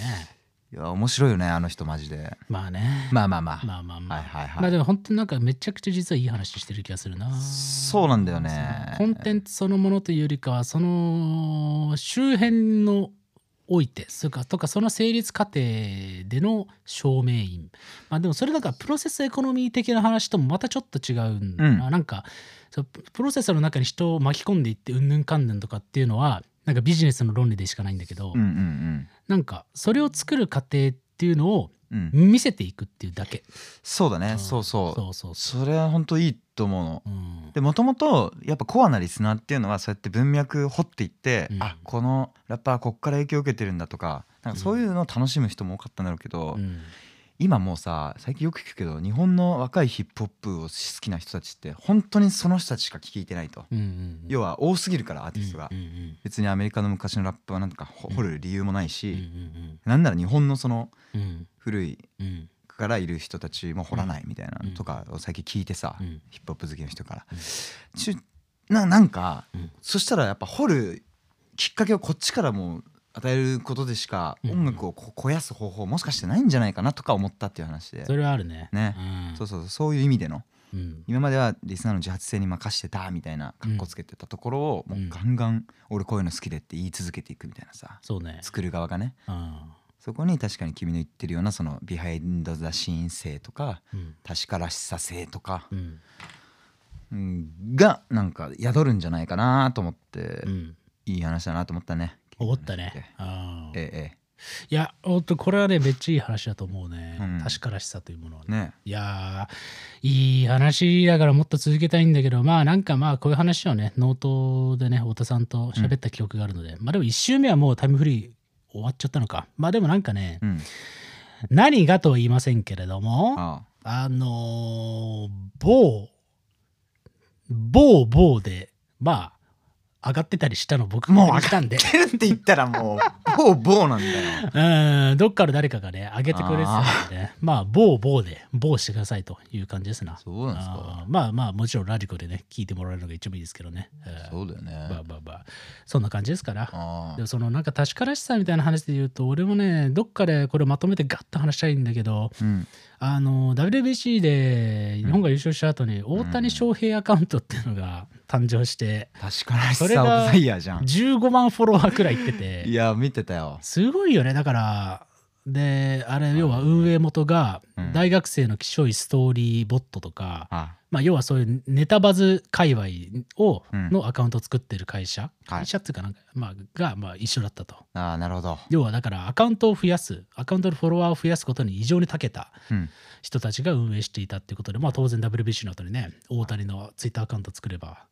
Speaker 2: いや面白いよねあの人マジで
Speaker 1: まあね。
Speaker 2: まあまあまあ
Speaker 1: まあまあまあ。
Speaker 2: はいはいはい
Speaker 1: まあでも本当になんかめちゃくちゃ実はいい話してる気がするな。
Speaker 2: そうなんだよね
Speaker 1: コンテンツそのものというよりかはその周辺のおいてそれかとかその成立過程での証明員まあでもそれだからプロセスエコノミー的な話ともまたちょっと違うんだな,、なんかそのプロセスの中に人を巻き込んでいってうんぬんかんぬんとかっていうのはなんかビジネスの論理でしかないんだけど、
Speaker 2: うんうん
Speaker 1: なんかそれを作る過程っていうのを
Speaker 2: うんうん
Speaker 1: 見せていくっていうだけ、
Speaker 2: そうだ
Speaker 1: う
Speaker 2: ね
Speaker 1: ん
Speaker 2: そうそ
Speaker 1: そうそう
Speaker 2: う
Speaker 1: そ
Speaker 2: それは本当いいと思うの
Speaker 1: う、うん
Speaker 2: でもともとやっぱコアなリスナーっていうのはそうやって文脈掘っていって、
Speaker 1: うん
Speaker 2: あこのラッパーこっから影響受けてるんだとかなんかそういうのを楽しむ人も多かったんだろうけど、
Speaker 1: うん
Speaker 2: 今もうさ最近よく聞くけど日本の若いヒップホップを好きな人たちって本当にその人たちしか聞いてないと、
Speaker 1: うんうん
Speaker 2: 要は多すぎるからアーティストが、
Speaker 1: うんうん
Speaker 2: 別にアメリカの昔のラップはなんか掘掘る理由もない
Speaker 1: うんうん
Speaker 2: し、なんなら日本のその
Speaker 1: うんうん
Speaker 2: 古い
Speaker 1: うん
Speaker 2: からいる人たちも掘らないみたいな
Speaker 1: うん
Speaker 2: とかを最近聞いてさ、
Speaker 1: うん
Speaker 2: ヒップホップ好きの人から、
Speaker 1: うん
Speaker 2: ちゅななんか、
Speaker 1: うん
Speaker 2: そしたらやっぱ掘るきっかけをこっちからもう与えることでしか
Speaker 1: うん
Speaker 2: 音楽をこ肥やす方法もしかしてないんじゃないかなとか思ったっていう話で、
Speaker 1: それはあるね。
Speaker 2: ね
Speaker 1: うん、
Speaker 2: そうそうそうそういう意味での
Speaker 1: うん
Speaker 2: 今まではリスナーの自発性に任してたみたいな格好つけてたところを、
Speaker 1: うん
Speaker 2: もうガンガン俺こういうの好きでって言い続けていくみたいなさ
Speaker 1: そうね。
Speaker 2: 作る側がね
Speaker 1: うん
Speaker 2: そこに確かに君の言ってるようなそのビハインド・ザ・シーン性とか
Speaker 1: うん
Speaker 2: 確からしさ性とか
Speaker 1: うん
Speaker 2: うんがなんか宿るんじゃないかなと思って、
Speaker 1: うん、
Speaker 2: いい話だなと思ったね。
Speaker 1: 思ったね。あー
Speaker 2: ええ
Speaker 1: いや、本当これはね、めっちゃいい話だと思うね。
Speaker 2: うん
Speaker 1: 確からしさというものは
Speaker 2: ええ、
Speaker 1: ね。
Speaker 2: ね
Speaker 1: いやーいい話だからもっと続けたいんだけどまあなんかまあこういう話をねノートでね太田さんと喋った記憶があるので、まあでも1周目はもうタイムフリー終わっちゃったのかまあでもなんかね、
Speaker 2: うん、
Speaker 1: 何がとは言いませんけれどもあ
Speaker 2: ああ
Speaker 1: のー某某某でまあ上がってたりしたの僕も上たんで
Speaker 2: てるって言ったら [LAUGHS] もう、ボーボーなんだ
Speaker 1: う
Speaker 2: よ。
Speaker 1: んどっから誰かがね上げてくれてたのでねまあ某某で某してくださいという感じですな
Speaker 2: そうなんですか。
Speaker 1: あーまあまあもちろんラジコでね聞いてもらえるのが一番いいですけどね、えー
Speaker 2: そうだよね。
Speaker 1: まあまあまあそんな感じですから
Speaker 2: あ
Speaker 1: でもそのなんか確からしさみたいな話で言うと俺もねどっかでこれまとめてガッと話したいんだけど
Speaker 2: あ。うん。
Speaker 1: あの WBC で日本が優勝した後に大谷翔平アカウントっていうのが誕生して
Speaker 2: 確からしさ
Speaker 1: それが
Speaker 2: オブザイヤーじゃん。
Speaker 1: 15万フォロワーくらいいって
Speaker 2: [LAUGHS] い
Speaker 1: て
Speaker 2: や、見てたよ。
Speaker 1: すごいよねだからであれ要は運営元が
Speaker 2: うん
Speaker 1: 大学生のきしょいストーリーボットとか、
Speaker 2: あ
Speaker 1: まあ、要はそういうネタバズ界隈を
Speaker 2: うん
Speaker 1: のアカウントを作ってる会社、
Speaker 2: はい
Speaker 1: 会社っていうかなんか、まあ、がまあ一緒だったと
Speaker 2: あー、なるほど。
Speaker 1: 要はだからアカウントを増やすアカウントのフォロワーを増やすことに異常に長けた
Speaker 2: うん。
Speaker 1: 人たちが運営していたっていうことで、まあ、当然 WBC の後にね大谷のツイッターアカウント作れば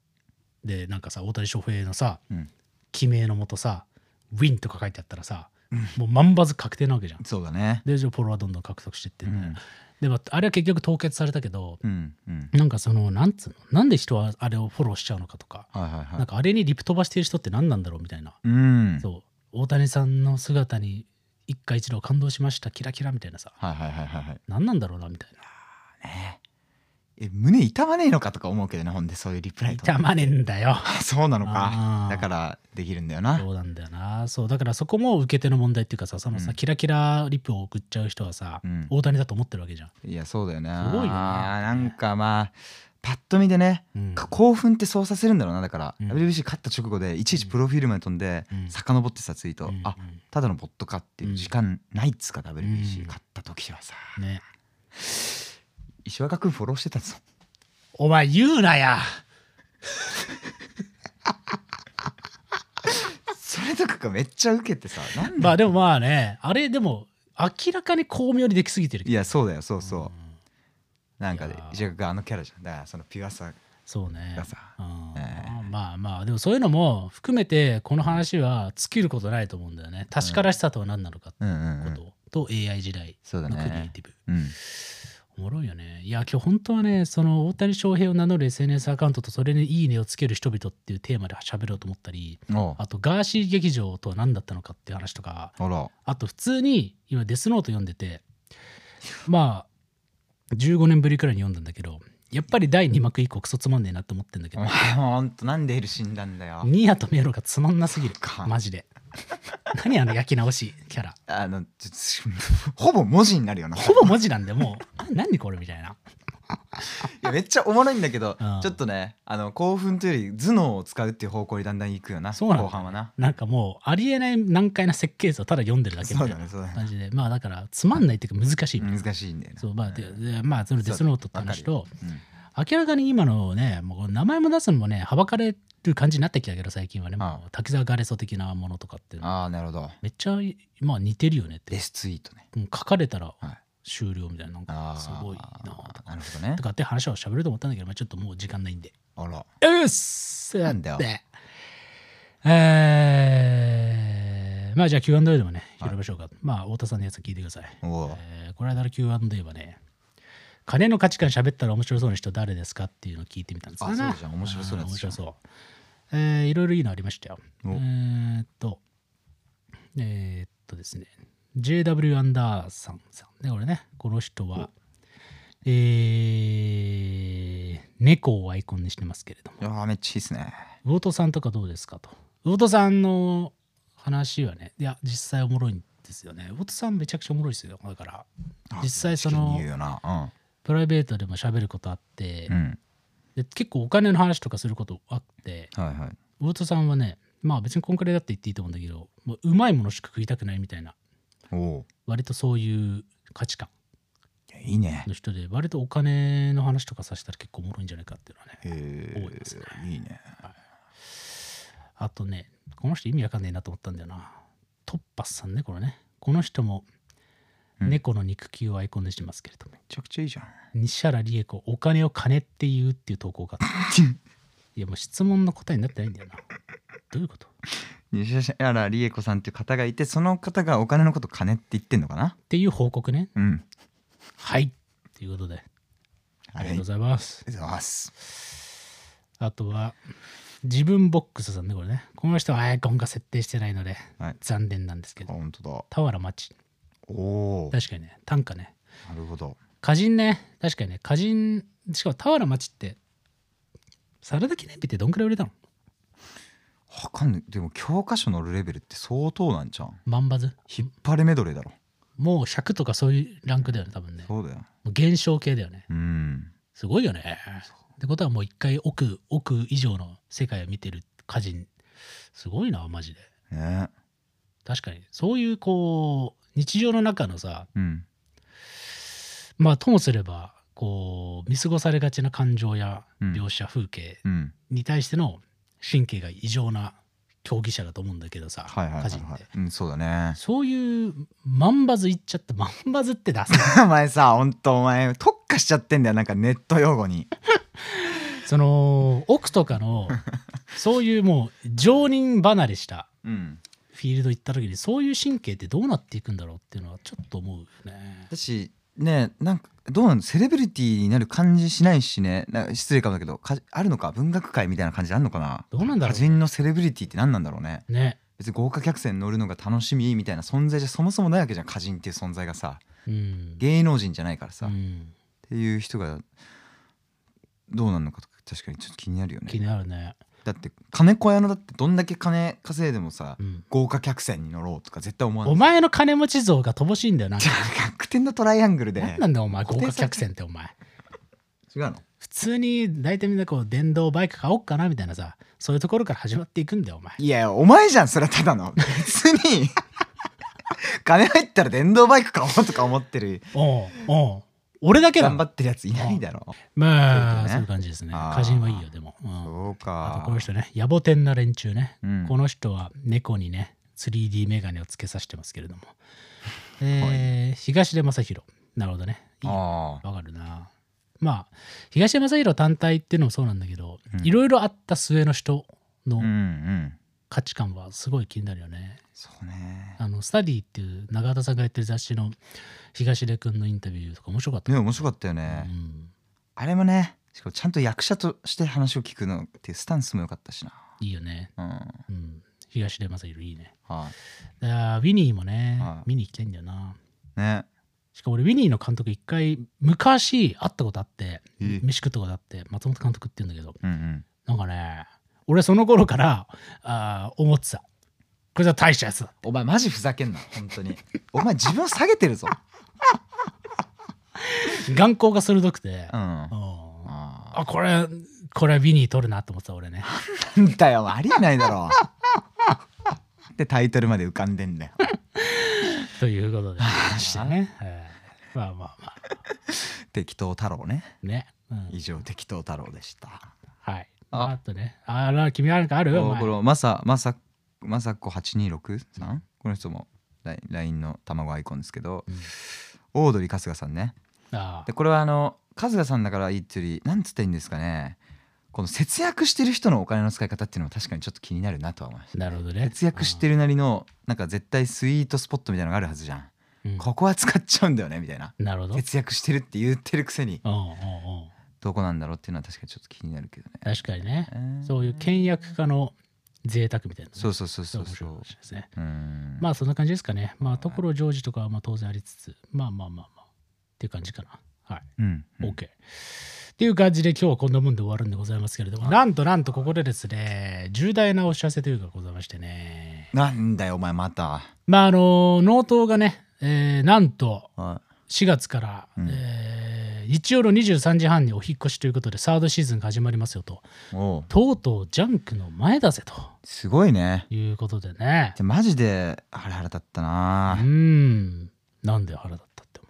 Speaker 1: でなんかさ大谷翔平のさ
Speaker 2: うん。
Speaker 1: 記名のもとさ「ウィン」とか書いてあったらさ、もう万バズ確定なわけじゃん。
Speaker 2: そうだね。
Speaker 1: でじゃあフォロワーどんどん獲得していって、
Speaker 2: うん
Speaker 1: ねでまああれは結局凍結されたけど、
Speaker 2: うん。うん。
Speaker 1: なんかそのなんつうのなんで人はあれをフォローしちゃうのかとか、
Speaker 2: はいはいは
Speaker 1: なん
Speaker 2: い。
Speaker 1: かあれにリプ飛ばしてる人って何なんだろうみたいな、
Speaker 2: うん。
Speaker 1: そう大谷さんの姿に一家一度感動しましたキラキラみたいなさ
Speaker 2: はいはいはいはいはい。
Speaker 1: 何なんだろうなみたいな
Speaker 2: え、胸痛まねえのかとか思うけどね、ほんで、そういうリプライとか。
Speaker 1: 痛まねえんだよ
Speaker 2: [LAUGHS] そうなの
Speaker 1: あー。
Speaker 2: かだから、できるんだよな。
Speaker 1: そうなんだよなそうだからそこも受け手の問題っていうかさそのさ、
Speaker 2: うん
Speaker 1: キラキラリプを送っちゃう人はさ、
Speaker 2: うん
Speaker 1: 大谷だと思ってるわけじゃん、
Speaker 2: いや、そうだよね。
Speaker 1: すごいよね
Speaker 2: あーなんかまあ、パッと見でね、
Speaker 1: うん
Speaker 2: 興奮ってそうさせるんだろうなだから、
Speaker 1: うん
Speaker 2: WBC 勝った直後でいちいちプロフィールまで飛んで、
Speaker 1: うん
Speaker 2: 遡ってさツイート、
Speaker 1: うん
Speaker 2: あただのボットかっていう時間ないっつうか WBC、
Speaker 1: うん
Speaker 2: 勝った時はさ
Speaker 1: うん
Speaker 2: [LAUGHS]
Speaker 1: ね
Speaker 2: 石若君フォローして
Speaker 1: [LAUGHS]
Speaker 2: たぞ
Speaker 1: お前言うなや
Speaker 2: それとかがめっちゃウケてさなんで、
Speaker 1: [LAUGHS] まあでもまあねあれでも明らかに巧妙にできすぎてるけ
Speaker 2: い
Speaker 1: ど
Speaker 2: やそうだよそうそう、なんか
Speaker 1: い
Speaker 2: で
Speaker 1: やー
Speaker 2: 石若君あのキャラじゃんだからそのピュアさ
Speaker 1: そうね
Speaker 2: がさ、
Speaker 1: うん
Speaker 2: え
Speaker 1: まあまあでもそういうのも含めてこの話は尽きることないと思うんだよね確からしさとは何なのかって
Speaker 2: うんうんう
Speaker 1: こ
Speaker 2: ん
Speaker 1: と、と AI 時代
Speaker 2: そう
Speaker 1: の
Speaker 2: だ
Speaker 1: クリエイ
Speaker 2: ね
Speaker 1: ティブ、
Speaker 2: うん
Speaker 1: おもろいよねいや今日本当はねその大谷翔平を名乗る SNS アカウントとそれに「いいね」をつける人々っていうテーマで喋ろうと思ったり
Speaker 2: おう
Speaker 1: あとガーシー劇場とは何だったのかっていう話とか
Speaker 2: あら
Speaker 1: あと普通に今デスノート読んでてまあ15年ぶりくらいに読んだんだけどやっぱり第2幕以降クソつまんねえなって思ってんだけ
Speaker 2: お
Speaker 1: ど
Speaker 2: 前もうほんとなんでヘル死んだんだよ
Speaker 1: ニアとメロがつまんなすぎる
Speaker 2: か
Speaker 1: マジで何あの焼き直しキャラ
Speaker 2: あのちょほぼ文字になるよな
Speaker 1: ほぼ文字なんでもうあ何これみたいない
Speaker 2: やめっちゃおもろいんだけど、
Speaker 1: うん
Speaker 2: ちょっとねあの興奮というより頭脳を使うっていう方向にだんだん行くよな
Speaker 1: そうなんだ
Speaker 2: 後半はな
Speaker 1: なんかもうありえない難解な設計図をただ読んでるだけみ
Speaker 2: そ
Speaker 1: たい
Speaker 2: うだ
Speaker 1: な
Speaker 2: ねそうだね
Speaker 1: 感じでまあだからつまんないっていうか難しいみたいな
Speaker 2: 難しいんだよね
Speaker 1: そうまあででまあそのデスノートって話と
Speaker 2: うん
Speaker 1: 明らかに今のねもう名前も出すのもねはばかれる感じになってきたけど最近はね
Speaker 2: ああ
Speaker 1: もう滝沢ガレソ的なものとかっていうの
Speaker 2: ああなるほど
Speaker 1: めっちゃまあ似てるよねって
Speaker 2: デスツイートね
Speaker 1: うん書かれたら
Speaker 2: はい
Speaker 1: 終了みたいななん
Speaker 2: あ
Speaker 1: か
Speaker 2: あ
Speaker 1: すごいなと
Speaker 2: なるほどね
Speaker 1: とかって話を喋ると思ったんだけど、まあ、ちょっともう時間ないんで。
Speaker 2: あら
Speaker 1: よっす
Speaker 2: なんだよ
Speaker 1: でえーまあじゃあ Q&A でもね、拾いましょうか。まあ、太田さんのやつ聞いてください。
Speaker 2: おお
Speaker 1: えーこの間の Q&A はね、金の価値観喋ったら面白そうな人誰ですかっていうのを聞いてみたんです
Speaker 2: あそうじゃん面白そうなやつ
Speaker 1: 面
Speaker 2: じゃ
Speaker 1: 白
Speaker 2: ん
Speaker 1: そう。えーいろいろいいのありましたよ。え
Speaker 2: お
Speaker 1: ーっと、えーっとですね、JW アンダーさんさんね、これね、この人は、えー猫をアイコンにしてますけれども、
Speaker 2: いやーめっちゃいいっすね
Speaker 1: 魚トさんとかどうですかと。魚トさんの話はね、いや、実際おもろいんですよね。魚トさんめちゃくちゃおもろいですよ。だから、実際そ
Speaker 2: 真
Speaker 1: の
Speaker 2: に言うよな
Speaker 1: プライベートでも喋ることあって、
Speaker 2: うん、うん、
Speaker 1: で結構お金の話とかすることあって
Speaker 2: はいはい
Speaker 1: 魚津さんはねまあ別にこんくらいだって言っていいと思うんだけどもううまいものしか食いたくないみたいな
Speaker 2: おお
Speaker 1: 割とそういう価値観
Speaker 2: いやいいね
Speaker 1: の人で割とお金の話とかさせたら結構おもろいんじゃないかっていうのはね
Speaker 2: へえ
Speaker 1: 多いですね
Speaker 2: いいね
Speaker 1: あとねこの人意味わかんねえなと思ったんだよなトッパスさんねこれねこの人も
Speaker 2: うん
Speaker 1: 猫の肉球をアイコンにしてますけれども、
Speaker 2: めちゃくちゃいいじゃん [LAUGHS]
Speaker 1: 西原理恵子お金を金って言うっていう投稿があったいやもう質問の答えになってないんだよなどういうことっ
Speaker 2: 西原理恵子さんっていう方がいてその方がお金のこと金って言ってんのかな
Speaker 1: ていう報告ね
Speaker 2: うん
Speaker 1: はいということでありがとうご
Speaker 2: あ
Speaker 1: ざいます、
Speaker 2: りがとうございます
Speaker 1: あとは自分ボックスさんねこれねこの人はアイコンが設定してないので、
Speaker 2: はい
Speaker 1: 残念なんですけ
Speaker 2: あ
Speaker 1: ど
Speaker 2: 本当だ
Speaker 1: 俵町
Speaker 2: おおな
Speaker 1: 確かにね短歌ね
Speaker 2: るほど
Speaker 1: 歌人ね確かにね歌人しかも俵町ってサラダ記念日ってどんくらい売れたの
Speaker 2: わかんないでも教科書のレベルって相当なんじゃん
Speaker 1: 万バズ
Speaker 2: 引っ張れメドレーだろ
Speaker 1: もう100とかそういうランクだよね多分ねも
Speaker 2: そうだよ
Speaker 1: う減少系だよね
Speaker 2: うん
Speaker 1: すごいよねってことはもう一回奥奥以上の世界を見てる歌人すごいなマジで
Speaker 2: ね
Speaker 1: 確かにそういうこう日常の中のさ
Speaker 2: うん
Speaker 1: まあともすればこう見過ごされがちな感情や
Speaker 2: うん
Speaker 1: 描写風景
Speaker 2: うん
Speaker 1: に対しての神経が異常な競技者だと思うんだけどさ、
Speaker 2: はいはいはい
Speaker 1: 歌人
Speaker 2: は
Speaker 1: って
Speaker 2: いうんそうだね
Speaker 1: そういうマンバズいっちゃったマンバズって
Speaker 2: [LAUGHS]
Speaker 1: 出す
Speaker 2: お前さほんとお前特化しちゃってんだよなんかネット用語に
Speaker 1: その奥とかのそういうもう常人離れした
Speaker 2: うん
Speaker 1: フィールド行った時にそういう神経ってどうなっていくんだろうっていうのはちょっと思うね
Speaker 2: だしねなんかどうなのセレブリティになる感じしないしねなんか失礼かもだけどかあるのか文学界みたいな感じあるのかな
Speaker 1: どうなんだろ
Speaker 2: 歌人のセレブリティって何なんだろうね
Speaker 1: うね、
Speaker 2: 別に豪華客船に乗るのが楽しみみたいな存在じゃそもそもないわけじゃん歌人っていう存在がさ
Speaker 1: うん、
Speaker 2: 芸能人じゃないからさ、
Speaker 1: う
Speaker 2: っ
Speaker 1: ん
Speaker 2: ていう人がどうなるのかとか確かにちょっと気になるよ
Speaker 1: 気
Speaker 2: ね
Speaker 1: になるね、
Speaker 2: だって金子屋のだってどんだけ金稼いでもさ、
Speaker 1: うん、
Speaker 2: 豪華客船に乗ろうとか絶対思わない
Speaker 1: お前の金持ち像が乏しいんだよなんか
Speaker 2: じゃあ逆転のトライアングルで
Speaker 1: 何なんだよお前豪
Speaker 2: 固定
Speaker 1: 華
Speaker 2: され
Speaker 1: 客船ってお前
Speaker 2: 違うの
Speaker 1: 普通に大体みんなこう電動バイク買おっかなみたいなさそういうところから始まっていくんだよお前
Speaker 2: いや、お前じゃん、それはただの。別
Speaker 1: [LAUGHS]
Speaker 2: に。金入ったら電動バイク買おうとか思ってる、
Speaker 1: おうおう俺だけだ
Speaker 2: 頑張ってるやついないだろ。
Speaker 1: まあ
Speaker 2: ってるね
Speaker 1: そういう感じですね
Speaker 2: あー
Speaker 1: 歌人はいいよでも、うん、
Speaker 2: そう
Speaker 1: あと
Speaker 2: か
Speaker 1: この。人ね野暮天な連中ね、
Speaker 2: うん
Speaker 1: この人は猫にね 3D メガネをつけさせてますけれども、えー東出昌大なるほどねいいわ
Speaker 2: ああ。
Speaker 1: かるなまあ東出昌大単体っていうのもそうなんだけど
Speaker 2: うん
Speaker 1: いろいろあった末の人
Speaker 2: う
Speaker 1: の
Speaker 2: んうん。
Speaker 1: 価値観はすごい気になるよね、
Speaker 2: そうね。
Speaker 1: あのスタディっていう永田さんがやってる雑誌の東出君のインタビューとか面白かった、
Speaker 2: ね、面白かったよ
Speaker 1: う
Speaker 2: ね。
Speaker 1: ん、
Speaker 2: あれもね、しかもちゃんと役者として話を聞くのっていうスタンスも良かったしな。
Speaker 1: いいよね、
Speaker 2: うん。
Speaker 1: うん、東出昌大いいね
Speaker 2: は
Speaker 1: だからウィニーもね、
Speaker 2: はい。
Speaker 1: 見に行きたいんだよない
Speaker 2: ね。
Speaker 1: しかも俺ウィニーの監督一回昔会ったことあって
Speaker 2: ええ
Speaker 1: 飯食ったことあって松本監督って言うんだけど
Speaker 2: うんうん。
Speaker 1: なんかね俺その頃からあー思ってたこれじゃ大したやつだ
Speaker 2: お前マジふざけんな、本当に。お前自分を下げてるぞ。
Speaker 1: 眼光が鋭くて、
Speaker 2: うん。
Speaker 1: うん
Speaker 2: ああ。
Speaker 1: あこれこれウィニー撮るなと思ってた俺
Speaker 2: [LAUGHS]
Speaker 1: ね
Speaker 2: なんだよ、ありえないだろ。で、タイトルまで浮かんでんだよ。
Speaker 1: ということでましたね、ええまあまあまあ
Speaker 2: 適当太郎ね。
Speaker 1: ね、うん
Speaker 2: 以上適当太郎でした。
Speaker 1: はいあ
Speaker 2: あ
Speaker 1: とねあら君なんかあるお
Speaker 2: こ
Speaker 1: 前
Speaker 2: のまさまさまさこ八二六さんこの人もライン LINE の卵アイコンですけど、
Speaker 1: うん
Speaker 2: オードリー春日さんね。
Speaker 1: あ
Speaker 2: でこれはあの春日さんだからいいっていうよりなんつっていいんですかね。この節約してる人のお金の使い方っていうのも確かにちょっと気になるなとは思いました。
Speaker 1: なるほどね
Speaker 2: 節約してるなりのなんか絶対スイートスポットみたいなのがあるはずじゃん。
Speaker 1: うん
Speaker 2: ここは使っちゃうんだよねみたいな。
Speaker 1: なるほど
Speaker 2: 節約してるって言ってるくせに
Speaker 1: うんうんうん
Speaker 2: どこなんだろうっていうのは確かにちょっと気になるけどね。
Speaker 1: 確かにね
Speaker 2: えー
Speaker 1: そういう倹約家の贅沢みたいなね、
Speaker 2: そうそうそうそう
Speaker 1: 面
Speaker 2: そ。
Speaker 1: 白いう話ですね
Speaker 2: うん
Speaker 1: まあそんな感じですかねまあところジョージとかはまあ当然ありつつまあまあまあまあっていう感じかなはい
Speaker 2: うん、
Speaker 1: OK、っていう感じで今日はこんなもんで終わるんでございますけれどもなんとなんとここでですね重大なお知らせというかございましてね
Speaker 2: なんだよお前また
Speaker 1: まああの納刀がね、えーなんと
Speaker 2: は
Speaker 1: 4月から、
Speaker 2: うん
Speaker 1: えー日曜の23時半にお引っ越しということでサードシーズンが始まりますよと
Speaker 2: いおう
Speaker 1: とうとうジャンクの前だぜと
Speaker 2: すごいね
Speaker 1: いうことでね
Speaker 2: でマジでハラハラだった
Speaker 1: う
Speaker 2: な、
Speaker 1: んなんで腹だったってお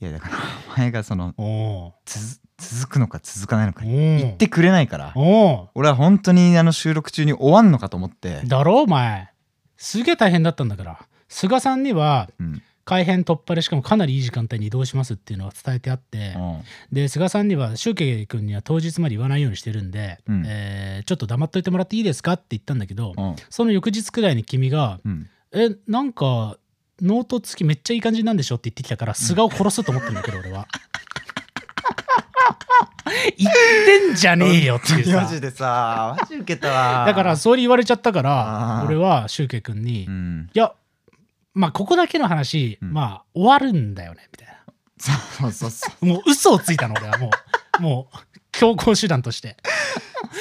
Speaker 1: 前
Speaker 2: いやだからお前がその
Speaker 1: おう
Speaker 2: つ続くのか続かないのか
Speaker 1: おう
Speaker 2: 言ってくれないから
Speaker 1: お
Speaker 2: 俺は本当にあの収録中に終わんのかと思って
Speaker 1: う、だろお前すげえ大変だったんだから菅さんには
Speaker 2: うん
Speaker 1: 改編突破でしかもかなりいい時間帯に移動しますっていうのは伝えてあって、
Speaker 2: うん
Speaker 1: で菅さんには周慶君には当日まで言わないようにしてるんで、
Speaker 2: うん
Speaker 1: えーちょっと黙っといてもらっていいですかって言ったんだけど、
Speaker 2: うん
Speaker 1: その翌日くらいに君が
Speaker 2: うん、
Speaker 1: 「えなんかノート付きめっちゃいい感じなんでしょ?」って言ってきたから菅を殺すと思ったんだけど俺は。 [LAUGHS] 言ってんじゃねえよっていう
Speaker 2: [LAUGHS] マ
Speaker 1: さ
Speaker 2: ジでさマジ受けたわ
Speaker 1: [LAUGHS] だからそれ言われちゃったから
Speaker 2: あー
Speaker 1: 俺は周慶君に「
Speaker 2: うん
Speaker 1: いやまあここだけの話、
Speaker 2: うん
Speaker 1: まあ終わるんだよね」みたいな。
Speaker 2: そうそうそう
Speaker 1: もう嘘をついたの俺はも
Speaker 2: [LAUGHS]
Speaker 1: うもう強行手段として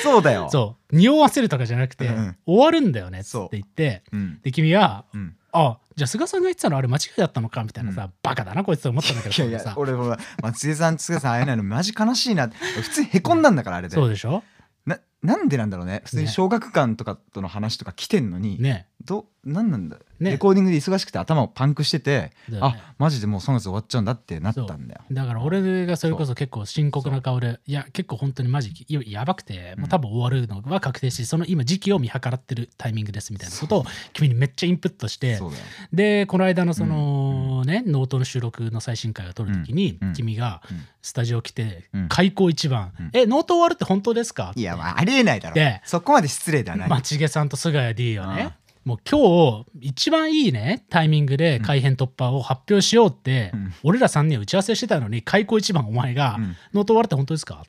Speaker 2: そうだよ
Speaker 1: そう匂わせるとかじゃなくて、
Speaker 2: うん
Speaker 1: 終わるんだよねっつって言って
Speaker 2: うん
Speaker 1: で君は
Speaker 2: うん
Speaker 1: 「あじゃあ菅さんが言ってたのあれ間違いだったのか」みたいなさ、
Speaker 2: う
Speaker 1: バカだなこいつと思ったんだけど
Speaker 2: いやい
Speaker 1: それさ
Speaker 2: や俺も松江さんつ江さん会えないのマジ悲しいなって普通にへこんだんだからあれで
Speaker 1: そうでしょ
Speaker 2: ななんでなんだろうね普通に小学館とかとの話とか来てんのに、
Speaker 1: ね
Speaker 2: どなんなんだ、
Speaker 1: ね
Speaker 2: レコーディングで忙しくて頭をパンクしてて、
Speaker 1: だよね
Speaker 2: あマジでもう3月終わっちゃうんだってなったんだよ
Speaker 1: だから俺がそれこそ結構深刻な顔でいや結構本当にマジややばくて、もう多分終わるのは確定しその今時期を見計らってるタイミングですみたいなことを君にめっちゃインプットして
Speaker 2: そうだよ
Speaker 1: でこの間のそのね、ノートの収録の最新回を撮るときに、
Speaker 2: うんうん
Speaker 1: 君が
Speaker 2: うん
Speaker 1: スタジオ来て、
Speaker 2: うん
Speaker 1: 開口一番、
Speaker 2: うん
Speaker 1: えノート終わるって本当ですか?」
Speaker 2: いやまあありえないだろ
Speaker 1: で
Speaker 2: そこまで失礼ではない、
Speaker 1: 町毛さんと菅谷 D よ
Speaker 2: あ
Speaker 1: ね
Speaker 2: あ
Speaker 1: もう今日一番いいねタイミングで改編突破を発表しようって、
Speaker 2: うん
Speaker 1: 俺ら3人は打ち合わせしてたのに開口一番お前が「
Speaker 2: うん
Speaker 1: ノート終わるって本当ですか?」って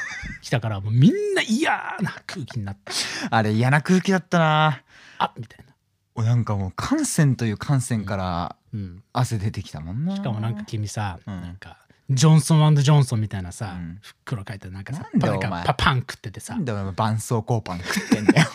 Speaker 1: [LAUGHS] 来たからもうみんな嫌な空気になって
Speaker 2: あれ嫌な空気だったな
Speaker 1: 「あみたいな、
Speaker 2: おなんかもう感染という感染から
Speaker 1: うん、
Speaker 2: 汗出てきたもんな
Speaker 1: しかもなんか君さ、
Speaker 2: うん
Speaker 1: なんかジョンソンジョンソンみたいなさ、
Speaker 2: うん
Speaker 1: 袋書いてなんかさ
Speaker 2: なんだ
Speaker 1: パ
Speaker 2: よお
Speaker 1: ン
Speaker 2: 前
Speaker 1: パパン食っててさ [LAUGHS]
Speaker 2: なんでお前絆創膏パン食ってんだよ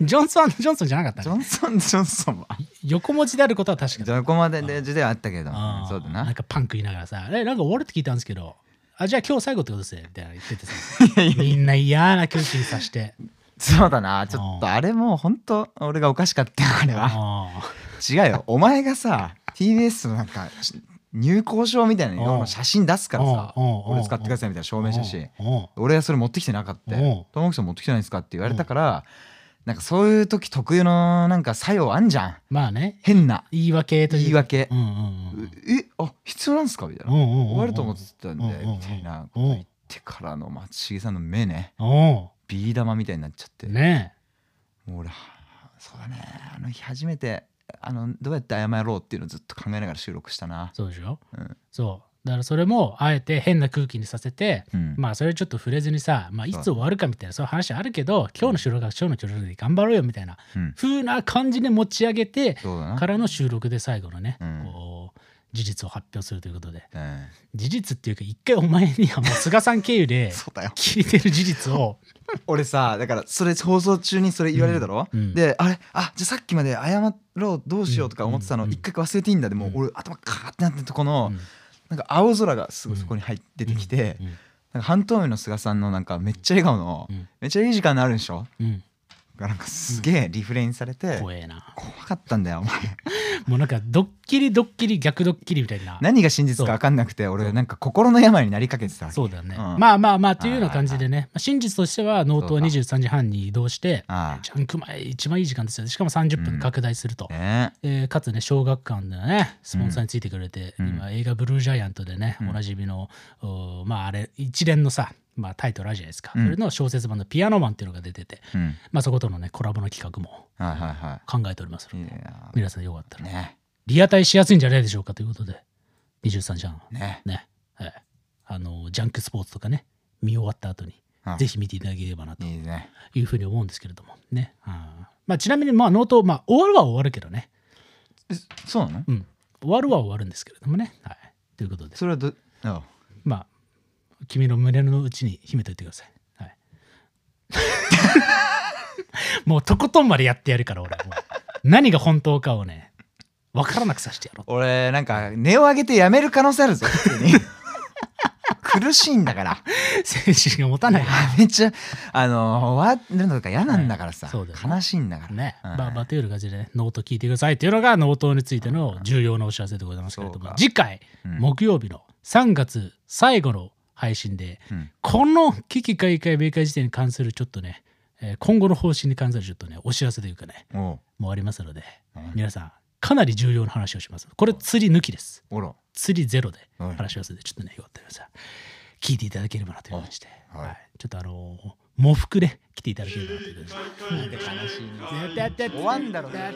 Speaker 1: ジョンソンジョンソンじゃなかった
Speaker 2: ジ
Speaker 1: ね
Speaker 2: ョンソンジョンソンは
Speaker 1: 横文字であることは確かだ
Speaker 2: どこまでで時代はあったけれども
Speaker 1: あー
Speaker 2: そうだ
Speaker 1: なん
Speaker 2: な
Speaker 1: かパン食いながらさ「えなんか終わるって聞いたんですけどあじゃあ今日最後ってことですね」みたいな言っててさみんな嫌な空気にさして
Speaker 2: そうだなちょっとあれもう本当俺がおかしかったよあれは
Speaker 1: あ
Speaker 2: 違うよお前がさ TBS のなんかし入校証みたいな色の写真出すからさ
Speaker 1: うんうんうん
Speaker 2: 俺使ってくださいみたいな証明写真
Speaker 1: うんうん
Speaker 2: 俺はそれ持ってきてなかった
Speaker 1: うん
Speaker 2: よ友木さん持ってきてないんですかって言われたからなんかそういう時特有のなんか作用あんじゃん
Speaker 1: まあね
Speaker 2: 変な
Speaker 1: 言い訳という
Speaker 2: 言い訳
Speaker 1: うんうんうん
Speaker 2: えあ必要なんですかみたい
Speaker 1: うん
Speaker 2: な
Speaker 1: うんうん
Speaker 2: 終わると思ってたんで
Speaker 1: うんうんうん
Speaker 2: みたいな
Speaker 1: う
Speaker 2: こと言っ
Speaker 1: ん
Speaker 2: てからの松重さんの目ね
Speaker 1: うん
Speaker 2: ビー玉みたいになっちゃって
Speaker 1: ね
Speaker 2: もう俺はそうだねあの日初めてあのどうやって謝ろうっていうのをずっと考えながら収録したな
Speaker 1: えそうでしょ、
Speaker 2: うん
Speaker 1: そうだからそれもあえて変な空気にさせて
Speaker 2: うん
Speaker 1: まあそれちょっと触れずにさ、まあ、い
Speaker 2: そう
Speaker 1: つ終わるかみたいなそういう話あるけど今日の収録は今日の収録で頑張ろうよみたいな
Speaker 2: うん
Speaker 1: 風な感じで持ち上げて
Speaker 2: そうだな
Speaker 1: からの収録で最後のね、
Speaker 2: うん
Speaker 1: こう事実を発表するということで
Speaker 2: うん
Speaker 1: 事実っていうか一回お前にはもう菅さん経由で
Speaker 2: そうだよ
Speaker 1: 聞いてる事実を
Speaker 2: 俺さだからそれ放送中にそれ言われるだろ、
Speaker 1: うんうん
Speaker 2: であれあじゃあさっきまで謝ろうどうしようとか思ってたの
Speaker 1: うん
Speaker 2: 一回忘れていいんだでもう
Speaker 1: うん
Speaker 2: 俺頭カーってなってるとこの、
Speaker 1: うん
Speaker 2: なんか青空がすぐそこに入っててきて、
Speaker 1: うん
Speaker 2: なんか半透明の菅さんのなんかめっちゃ笑顔の、
Speaker 1: うん
Speaker 2: めっちゃいい時間になるんでしょ
Speaker 1: うん
Speaker 2: がなんかすげえリフレインされて、
Speaker 1: 怖えな
Speaker 2: 怖かったんだよお前
Speaker 1: もうなんかドッキリドッキリ逆ドッキリみたいな
Speaker 2: 何が真実か分かんなくて俺なんか心の病になりかけてたわけ
Speaker 1: そうだよね、
Speaker 2: うん
Speaker 1: まあまあまあというような感じでね、まあ真実としてはノートは
Speaker 2: そうか
Speaker 1: 23時半に移動して
Speaker 2: あ
Speaker 1: ジャンク前一番いい時間ですよねしかも30分拡大すると、
Speaker 2: あね
Speaker 1: えーかつね小学館でねスポンサーについてくれて、
Speaker 2: うん
Speaker 1: 今映画「ブルージャイアント」でね、
Speaker 2: うん
Speaker 1: おなじみのおーまああれ一連のさ、まあ、タイトルあるじゃないですか、
Speaker 2: うん
Speaker 1: それの小説版の「ピアノマン」っていうのが出てて、
Speaker 2: うん
Speaker 1: まあ、そことのねコラボの企画も
Speaker 2: はいはいは
Speaker 1: 考えております
Speaker 2: い
Speaker 1: の
Speaker 2: い
Speaker 1: で、
Speaker 2: や
Speaker 1: 皆さんよかった
Speaker 2: ー
Speaker 1: ら
Speaker 2: ね
Speaker 1: リアタイしやすいんじゃないでしょうかということで23時半
Speaker 2: ね
Speaker 1: ね、はい、あのジャンクスポーツとかね見終わった後に
Speaker 2: うん
Speaker 1: ぜひ見ていただければなと
Speaker 2: いいね
Speaker 1: いうふうに思うんですけれどもね、あーまあ、ちなみにまあノート、まあ、終わるは終わるけどね
Speaker 2: えそうなの
Speaker 1: うん、終わるは終わるんですけれどもね。はい、ということで、
Speaker 2: それはどあ
Speaker 1: まあ、君の胸の内に秘めておいてください。はい、 [LAUGHS] もうとことんまでやってやるから、俺はもう。何が本当かをね、分からなくさせてやろう。 [LAUGHS]
Speaker 2: 俺なんか根を上げてやめる可能性あるぞ普通に苦苦しいんだから
Speaker 1: 精神が持たない
Speaker 2: めっちゃあの終わるのとか嫌なんだからさ、
Speaker 1: はいそうだよね
Speaker 2: 悲しいんだから
Speaker 1: ね、
Speaker 2: はい
Speaker 1: まあまあという感じでねノート聞いてくださいというのがノートについての重要なお知らせでございますけれど
Speaker 2: そう
Speaker 1: も
Speaker 2: か
Speaker 1: 次回、
Speaker 2: うん
Speaker 1: 木曜日の3月最後の配信で、
Speaker 2: うん
Speaker 1: この危機開会明会時点に関するちょっとね、えー今後の方針に関するちょっとねお知らせというかね
Speaker 2: おう
Speaker 1: もうありますので、
Speaker 2: うん
Speaker 1: 皆さんかなり重要な話をしますこれ釣り抜きです
Speaker 2: おろ
Speaker 1: 釣りゼロで
Speaker 2: はい
Speaker 1: 話をするのでちょっとねよかったらさ聞いていただければなという感じで、
Speaker 2: あはい
Speaker 1: ちょっとあのー喪服で来ていただければなという感じで
Speaker 2: なんで悲しいの終わんだろうね